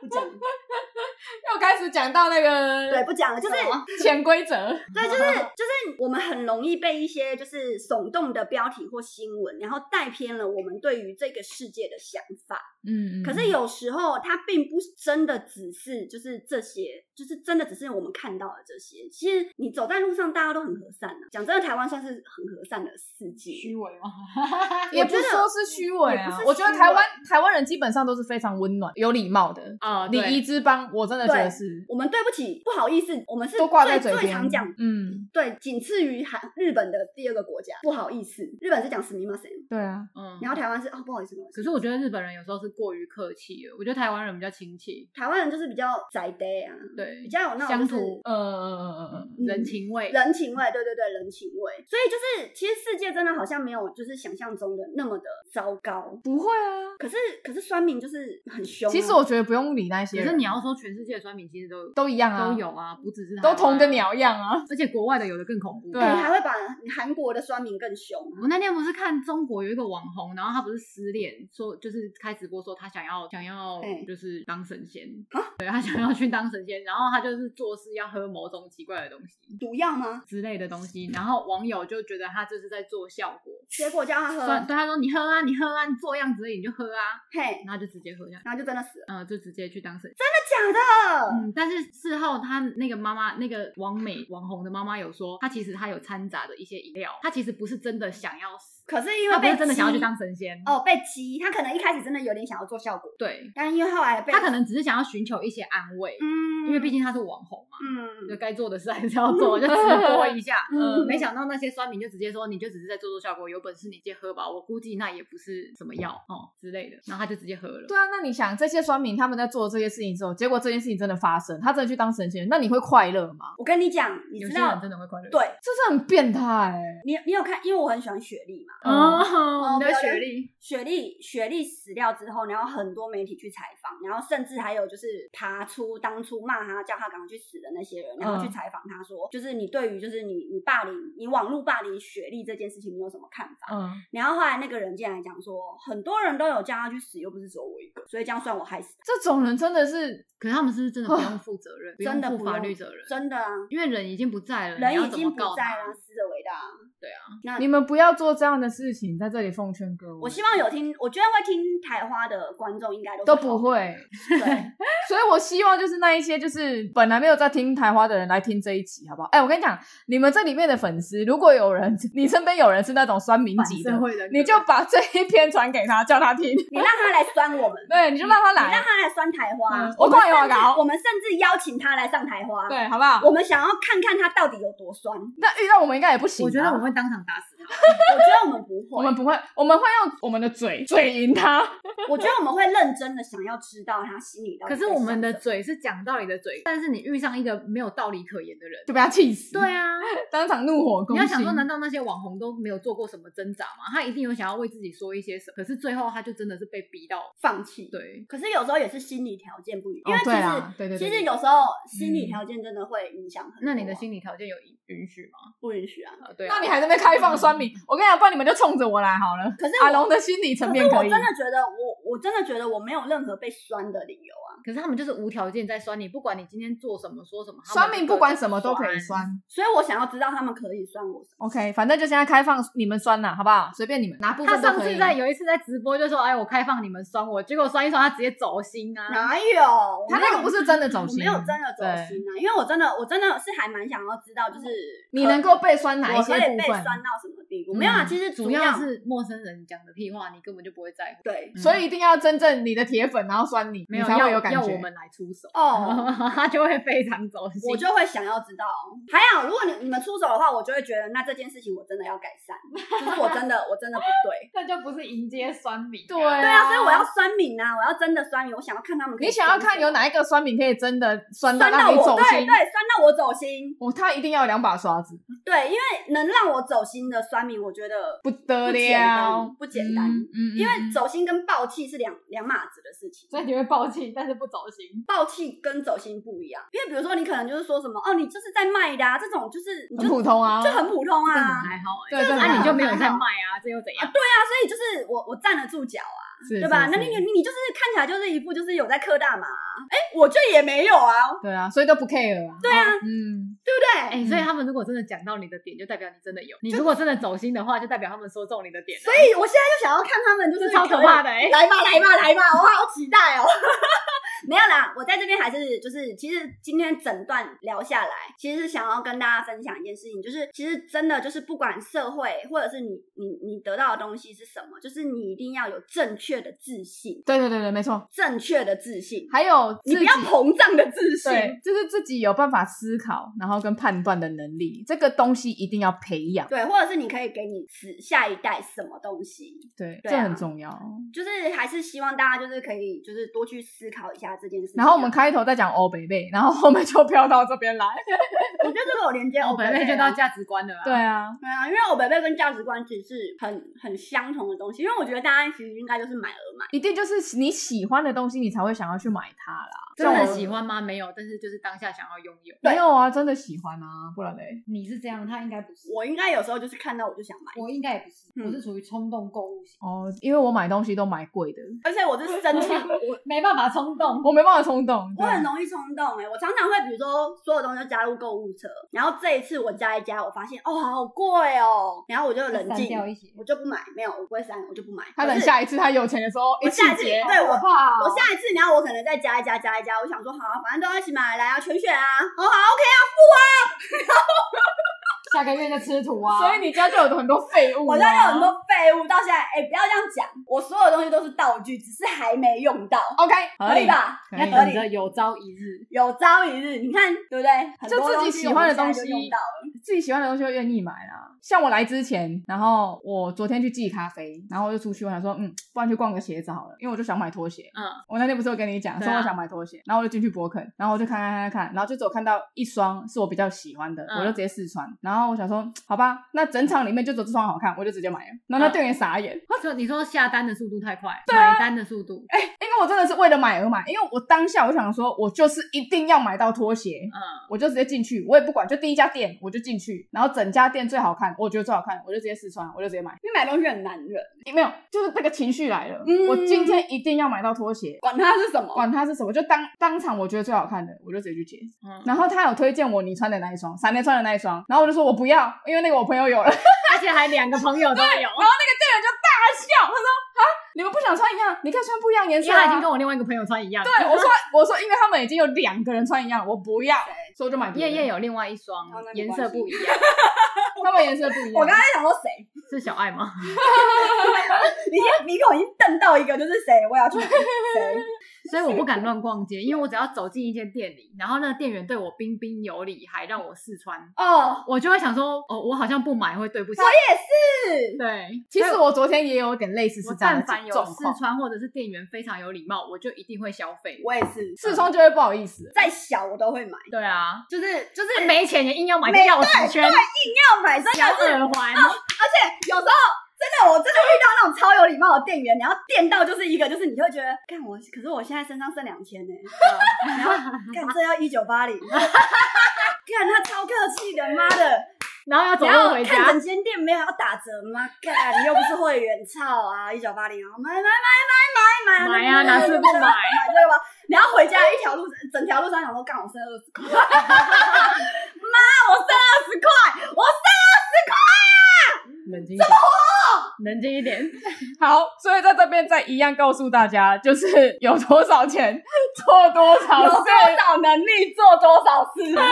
B: 不讲了，
A: 又开始讲到那
B: 对，
A: 个
B: 不讲了，就是
C: 什么
A: 潜规则，
B: 对，就是就是我们很容易被一些就是耸动的标题或新闻，然后带偏了我们对于这个世界的想法。
A: 嗯，嗯
B: 可是有时候它并不真的只是就是这些，就是真的只是我们看到的这些。其实你走在路上，大家都很和善啊。讲真的，台湾算是很和善的世界。
C: 虚伪吗？
A: 也
B: 我
A: 不
B: 觉得
A: 说是虚伪
B: 也不
A: 啊
B: 是，
A: 我觉得
B: 虚伪哦
A: 台湾台湾人基本上都是非常温暖、有礼貌的，的。
C: 啊，
A: 礼
C: 对
A: 仪之邦，我真的觉得是
B: 我们对不起，不好意思，我们是
A: 都挂在
B: 最
A: 嘴
B: 最
A: 边。
B: 常讲，
A: 嗯，
B: 对，仅次于韩日本的第二个国家，不好意思，日本是讲死密马 s
A: 对啊，
C: 嗯，
B: 然后台湾是哦不好意思，不好意思
C: 可是我觉得日本人有时候是过于客气了，我觉得台湾人比较亲切，
B: 台湾人就是比较宅 day 啊，
C: 对
B: 比，较有那种就
C: 乡
B: 是
C: 土
A: 呃呃呃
C: 嗯人情味，
B: 人情味，对对对，人情味。所以就是，其实世界真的好像没有就是想象中的那么的糟糕。
A: 不会啊。
B: 可是可是酸民就是很凶啊、
A: 其实我觉得不用理那些
C: 可
A: 人，
C: 是你要说全世界的酸民其实都
A: 都一样啊，
C: 都有啊，不只是台
A: 都
C: 湾
A: 同个，鸟样啊。
C: 而且国外的有的更恐怖。
A: 对
B: 哎、
A: 啊
B: 还会把韩国的酸民更凶啊、
C: 我那天不是看中国有一个网红，然后他不是失恋，说就是开直播说他想要想要
B: 哎
C: 就是当神仙，
A: 啊
C: 对他想要去当神仙，然后他就是做事要喝某种奇怪的东西
B: 毒药吗？
C: 之类的东西，然后网友就觉得他就是在做效果，
B: 结果叫他
A: 呃
C: 酸
B: 喝，
C: 对他说你喝啊你喝啊，你做样子而已你就喝啊，
B: 嘿，
C: 然后他就直接喝下去，
B: 然后就真的死了，
C: 呃，就直接去当神仙。
B: 真的假的？
C: 嗯，但是事后他那个妈妈，那个王美网红的妈妈有说，她其实她有掺杂的一些饮料，她其实不是真的想要死，
B: 可是因为
C: 她不
B: 被
C: 是真的想要去
B: 激
C: 当神仙，
B: 哦，被激，他可能一开始真的有点想要做效果，
C: 对，
B: 但因为后来被
C: 她可能只是想要寻求一些安慰，
B: 嗯，
C: 因为毕竟她是网红嘛，就
B: 嗯
C: 该做的事还是要做，就直播一下。
B: 嗯
C: 呃没想到那些酸民就直接说，你就只是在做做效果，有本事你直接喝吧，我估计那也不是什么药哦之类的，然后她就直接喝了。
A: 对啊，那你想这些酸民他们在做这些事情之后，结果这件事情真的发生，他真的去当神仙，那你会快乐吗？
B: 我跟你讲，你
C: 有
B: 知
C: 些人
B: 道
C: 真的会快乐。
B: 对。
A: 这是很变态、欸。
B: 你你有看？因为我很喜欢雪莉嘛，
A: 嗯
C: 哦， 你的
B: 不要
C: 学
B: 了
C: 历，
B: 雪莉雪莉死掉之后，然后很多媒体去采访，然后甚至还有就是爬出当初骂他叫他赶快去死的那些人，然后去
C: 嗯
B: 采访他说，就是你对于就是你你霸凌你网络霸凌雪莉这件事情，你有什么看法？
A: 嗯，
B: 然后后来那个人进来讲说，很多人都有叫他去死，又不是只有我一个，所以这样算我害死
A: 这种人真的是
C: 可是他们是不是真的不用负责任，不
B: 他，真的
C: 用
B: 不
C: 负
B: 用
C: 法律责任，
B: 真的啊，
C: 因为人已经不在了，
B: 人
C: 你要
B: 已
C: 怎么
B: 经不
C: 告
B: 在
C: 他
B: 了，死者为大啊。
C: 对啊，
B: 那
A: 你们不要做这样的事情，在这里奉劝各位。
B: 我希望有听，我觉得会听台花的观众应该都
A: 都
B: 都
A: 不。会，
B: 对，
A: 所以我希望就是那一些就是本来没有在听台花的人来听这一集，好不好？哎、我跟你讲，你们这里面的粉丝，如果有人你身边有人是那种酸民级的，
C: 会的
A: 你就把这一篇传给他，叫他听。
B: 你让他来酸我们。
A: 对，你就让他
B: 你让
A: 来，
B: 他来酸台花，
A: 嗯
B: 我们
A: 我挂有啊
B: 甚至
A: 搞嗯
B: 我们甚至邀请他来上台花，
A: 对，好不好
B: 我？们想要看看他到底有多酸。
A: 那遇到我们应该也不行、啊。
C: 我觉得我会当场打死他，
B: 我觉得我们不
A: 我
B: 会
A: 们，不会，我们会用我们的嘴嘴赢他。
B: 我觉得我们会认真的想要知道他心里到底在
C: 可是
B: 想什么。
C: 我们的嘴是讲道理的嘴，但是你遇上一个没有道理可言 的人，
A: 就被他气死，
C: 对， 啊，
A: 当场怒火攻
C: 你
A: 心。
C: 要想说，难道那些网红都没有做过什么挣扎吗？他一定有想要为自己说一些什么，可是最后他就真的是被逼到
B: 放弃。
C: 对。
B: 可是有时候也是心理条件不一，
A: 哦
B: 因为其
A: 对啊对对
B: 实
A: 对嗯
B: 其
A: 对
B: 实有时候心理条件真的会影响很多啊。
C: 那你的心理条件有允允许吗？
B: 不允许啊。
C: 啊，对啊嗯
A: 那你还在那边开放酸民？我跟你讲，不然你们就冲着我来好了。
B: 可是我
A: 阿龙的心理层
B: 可
A: 面
B: 是我
A: 可以，
B: 真的觉得，我我真的觉得我没有任何被酸的理由啊，
C: 可是他们就是无条件在酸你，不管你今天做什么说什么，他们
A: 酸民不管什么都可以
C: 就是酸。
A: 酸。
B: 所以我想要知道他们可以酸我什么。
A: OK，反正就现在开放你们酸啦，好不好？随便你们哪部
C: 他
A: 分都
C: 上
A: 可以
C: 次。在有一次在直播就说：“哎，我开放你们酸我。”结果酸一酸，他直接走心啊！
B: 哪有？我
A: 他
B: 没有
A: 那个不是真的走
B: 我
A: 心，
B: 没有真的走心啊，因为我真的我真的是还蛮想要知道，就是
A: 你
B: 可
A: 能够被酸哪一
B: 我
A: 些
B: 可以
A: 部
B: 被
A: 分？
B: 酸到什么地步？
A: 嗯
B: 没有啊，其实
C: 主
B: 要
C: 要是陌生人讲的屁话，你根本就不会在乎，
B: 对
C: 嗯
A: 所以一定要真正你的铁粉，然后酸你，你
C: 没有
A: 才
C: 要
A: 会有感
C: 要
A: 觉。
C: 我们来出手，
A: 嗯
B: 哦。
C: 他就会非常走心。
B: 我就会想要知道，还好，如果你你们出手的话，我就会觉得那这件事情我真的要改善，就是我真的我真的不 对，
C: 这就不是迎接酸民、
A: 对啊
B: 对啊，所以我要酸民啊，我要真的酸民，我想要看他们可以
A: 你想要看有哪一个酸民可以真的酸到让
B: 我
A: 你走
B: 对
A: 心
B: 对，？酸到我走心，
A: 哦，他一定要有两把刷子，
B: 对，因为能让我走心的酸民，我觉得
A: 不得
B: 不简
A: 了
B: 单，，不简单，
A: 嗯嗯嗯
B: 因为
A: 嗯
B: 走心跟暴气是两两码子的事情，
C: 所以你会抱气，但是不走心。
B: 暴气跟走心不一样。因为比如说你可能就是说什么哦，你就是在卖的啊，这种就是你就
A: 很普通啊
B: 就很普通
C: 这
B: 啊，
A: 哦
C: 很还好、欸，
A: 对这很
C: 那、
A: 还
C: 你
A: 好
C: 就没有在卖啊，这又怎样？
B: 对啊，所以就是我我站得住脚啊，
A: 是
B: 对吧？
A: 是
B: 那
A: 是
B: 你你你就是看起来就是一副就是有在嗑大麻啊，哎、我这也没有啊，
A: 对啊，所以都不 care 啊。
B: 对啊，
A: 嗯，
B: 对不对？
C: 哎、所以他们如果真的讲到你的点，就代表你真的有；你如果真的走心的话，就代表他们说中你的点了。
B: 所以我现在就想要看他们就
C: 这
B: 是
C: 超可怕的哎、
B: 来吧来吧来吧，我好期待哦。 没有啦，我在这边还是就是，其实今天整段聊下来，其实是想要跟大家分享一件事情，就是其实真的就是不管社会或者是你你你得到的东西是什么，就是你一定要有正确的自信，
A: 对对对对，没错。
B: 正确的自信，
A: 还有
B: 你
A: 自
B: 不要
A: 己
B: 膨胀的自信。
A: 对，就是自己有办法思考，然后跟判断的能力，这个东西一定要培养。
B: 对，或者是你可以给你子下一代什么东西，
A: 对，
B: 对
A: 这
B: 啊
A: 很重要。
B: 就是还是希望大家就是可以就是多去思考一下这件事情啊。
A: 然后我们开头在讲欧北北，然后后面就飘到这边来。
B: 我觉得这个有连接
C: 我
B: 欧
C: 本
B: 贝
C: 来
B: 贝
C: 就
B: 啊
C: 到价值观了啦。
A: 对啊，
B: 对啊，因为我北北跟价值观其实是很很相同的东西，因为我觉得大家其实应该就是买而买，
A: 一定就是你喜欢的东西，你才会想要去买它啦。
C: 真的
A: 像
C: 很
A: 我
C: 喜欢吗？没有，但是就是当下想要拥有。
A: 没有啊，真的喜欢啊，不然嘞，
C: 你是这样，他应该不是，
B: 我应该有时候就是看到我就想买，
C: 我应该也不是，
B: 嗯
C: 我是属于冲动购物型，
A: 哦，因为我买东西都买贵的，
B: 而且我是生气，
C: 我嗯没办法冲动。
A: 我没办法冲动。
B: 我
A: 对啊
B: 很容易冲动哎、我常常会比如说所有东西都加入购物车，然后这一次我加一加，我发现哦好贵哦，然后我就冷
C: 删
B: 静，
C: 掉一些
B: 我就不买，没有我不会删，我就不买。
A: 他等
B: 可是
A: 下一次他有钱的时候
B: 我
A: 一
B: 下
A: 起
B: 一次
A: 结。
B: 对我
C: 好不好
B: 我下一次，然后我可能再加一加加一加，我想说好、啊，反正都要一起买来啊，全选啊，哦好 OK 啊，
C: 下个月就吃土啊。
A: 所以你家就有很多废物、啊，
B: 我家有很多废物，到现在哎、不要这样讲，我所有东西都是道具，只是还没用到，
A: OK
B: 可以？吧？
A: 可
C: 要
A: 以
C: 等着有朝一日，
B: 有朝一日，你看对不对？很多
A: 就自己喜欢的东西
B: 东西我们现在就用到了，
A: 自己喜欢的东西会愿意买啦。像我来之前，然后我昨天去寄咖啡，然后我就出去，我想说，嗯，不然去逛个鞋子好了，因为我就想买拖鞋。
C: 嗯，
A: 我那天不是有跟你讲，
C: 对啊
A: 说我想买拖鞋，然后我就进去博肯，然后我就看看看看看，然后就只有看到一双是我比较喜欢的，
C: 嗯
A: 我就直接试穿。然后我想说，好吧，那整场里面就只有这双好看，我就直接买了。然后那
C: 嗯
A: 店员傻眼，
C: 就你说下单的速度太快，
A: 啊
C: 买单的速度，
A: 因为我真的是为了买而买，因为我当下我就想说，我就是一定要买到拖鞋。
C: 嗯，
A: 我就直接进去，我也不管，就第一家店我就进去，然后整家店最好看，我觉得最好看，我就直接试穿，我就直接买。
B: 因为买东西很难忍，
A: 没有，就是那个情绪来了，
B: 嗯
A: 我今天一定要买到拖鞋，
B: 管它是什么，
A: 管它是什么，就当当场我觉得最好看的，我就直接去结。
C: 嗯
A: 然后他有推荐我你穿的那一双，闪电穿的那一双，然后我就说我不要，因为那个我朋友有了，店
C: 而且还两个朋友都有，
A: 员就大笑，他说啊，你们不想穿一样，你可以穿不一样颜
C: 因
A: 色、
C: 为他已
A: 啊
C: 经。跟我另外一个朋友穿一样，
A: 对，我说我说，因为他们已经有两个人穿一样，我不要，所以我就买别
C: 夜
A: 的。
C: 夜有另外一双
B: 哦那，没
C: 颜
B: 关系
C: 色不一 样，
A: 他们颜色不一样。
B: 我刚才想说谁，
C: 是小爱吗？
B: 你现在鼻孔已经瞪到一个，就是谁，我也要 去买谁。
C: 所以我不敢乱逛街，因为我只要走进一间店里，然后那个店员对我彬彬有礼，还让我试穿，
B: 哦，
C: 我就会想说，哦，我好像不买会对不起。
B: 是，
C: 对，
A: 其实我昨天也有点类似
C: 我
A: 是这样的
C: 但凡有
A: 状
C: 试
A: 况，
C: 穿或者是店员非常有礼貌，我就一定会消费。
B: 我也是，
A: 试穿就会不好意思。
B: 再小我都会买，
C: 对啊，
B: 就是就是
C: 没钱也硬要买个
B: 哎没
C: 钥匙圈、
B: 要买，真的
C: 小
B: 是，
C: 耳环，
B: 而且有时候。真的，我真的遇到那种超有礼貌的店员，然后店到就是一个，就是你就会觉得，干我，可是我现在身上剩两千呢，然后干这要一九八零，干他超客气的，妈的，
C: 然后要走
B: 然后
C: 路回
B: 看
C: 家
B: 整。间店没有要打折吗？干，你又不是会员，操啊！一九八零啊，买买买买买
C: 买啊哪次不买
B: 买这个吧。然后回家一条路，整条路上想说，干，我剩二十块，妈，我剩二十块，我
C: 冷静一点，冷静 一点。
A: 好，所以在这边再一样告诉大家，就是有多少 钱做多少
B: 有
A: 事
B: 多，少能力做多少事。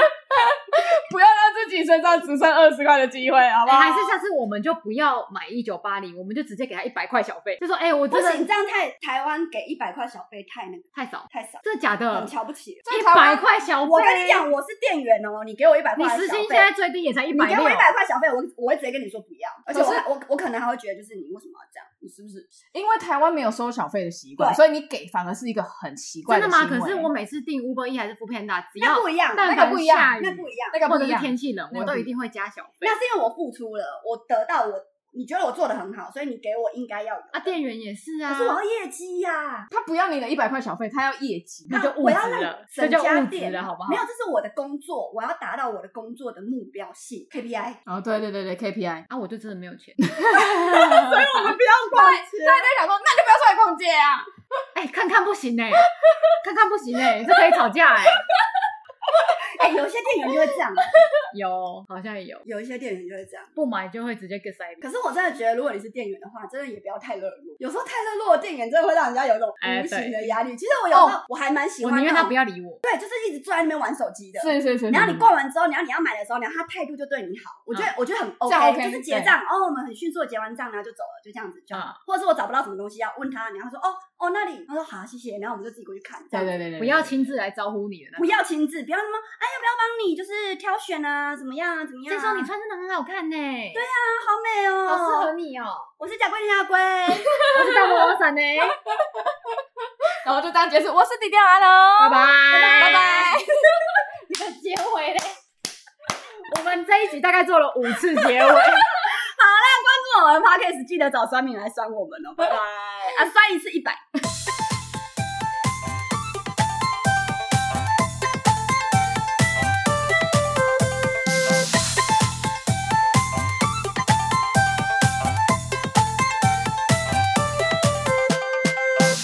A: 不要让自己身上只剩二十块的机会，好不
C: 哎、
A: 好？
B: 哦
C: 还是下次我们就不要买一九八零，我们就直接给他一百块小费，就说哎、我
B: 不
C: 真
B: 行，
C: 的
B: 这样太台湾给一百块小费太那个
C: 太少，
B: 太少，
C: 这假的
B: 很，瞧不起。
A: 在
C: 一
A: 台湾
C: 百块小费。
B: 我跟你，讲，我是店员哦，你给我一百块
C: 你
B: 小费，
C: 时薪现在最低也才一
B: 你
C: 百
B: 给
C: 六
B: 我一，百块小费，我我会直接跟你说不要，而且我
A: 可是
B: 还我我可能还会觉得就是你为什么要这样，你是不是？
A: 因为台湾没有收小费的习惯，
B: 对
A: 所以你给反而是一个很奇怪
C: 真的
A: 行
C: 吗？
A: 为。
C: 可是我每次订 Uber E 还是 f o o Panda，只要
B: 那不一样，
C: 但
A: 那个
C: 凡
A: 不一样
C: 下雨
B: 那不一样，
A: 那个
C: 或
A: 不
C: 者
A: 一
C: 是
A: 样，
C: 天气冷，
A: 那
C: 我
A: 个
C: 都
A: 不一
C: 一定会加小费。
B: 那是因为我付出了，我得到我，你觉得我做的很好，所以你给我应该要有。
C: 啊，店员也是啊，
B: 可是我要业绩呀、
A: 他不要你的一百块小费，他要业绩。
C: 那就物
B: 我
C: 质
B: 要让
C: 了，这
B: 整
C: 就
B: 家
C: 物质
B: 店
C: 了，好不好
B: 没？有，这是我的工作，我要达到我的工作的目标性 KPI。
A: 哦，对对对对，KPI。
C: 啊，我就真的没有钱。
B: 我们不要逛街，
A: 大家想说，那就不要出来逛街啊！
C: 哎、看看不行哎、欸看看不行哎、这可以吵架哎、
B: 哎、有些店员就会这样，
C: 有，好像也有，
B: 有一些店员就会这样。
C: 不买就会直接 get 塞。
B: 可是我真的觉得，如果你是店员的话，真的也不要太热络。有时候太热络的店员，真的会让人家有一种
C: 哎哦
B: 无形的压力。其实我有时候我还蛮喜
C: 我
B: 欢，
C: 宁愿他不，要理嗯我。
B: 对，就是一直坐在那边玩手机的。
A: 是是是。
B: 然后
A: 是
B: 你逛完之后，然后你要买的时候，然后他态度就对你好，我觉
C: 嗯
B: 得、我觉得很
A: 这样
B: OK，
A: OK，
B: 就是结账哦，我们很迅速的结完账，然后就走了，就这样子就好。
C: 嗯
B: 或者是我找不到什么东西要问他，然后他说哦哦那里，他说好谢谢，然后我们就自己过去看，这
A: 对
B: 样子
A: 对对对，
C: 不要亲自来招呼你的那
B: 不
C: 种。
B: 要亲自，不要什么哎要不要帮你就是挑选啊，怎么样啊怎么样、
C: 这
B: 啊？
C: 双你穿真的很好看呢、对啊，
B: 啊好美哦，
C: 好适合你哦。
B: 我是假龟假龟，
C: 我是大魔王伞呢，
A: 然后就当结束，我是迪迪阿龙，
C: 拜拜
A: 拜拜。
C: 你的结尾嘞？我们这一集大概做了五次结尾，
B: 做我们 podcast 记得找酸敏来酸我们哦，拜拜啊酸一次一百。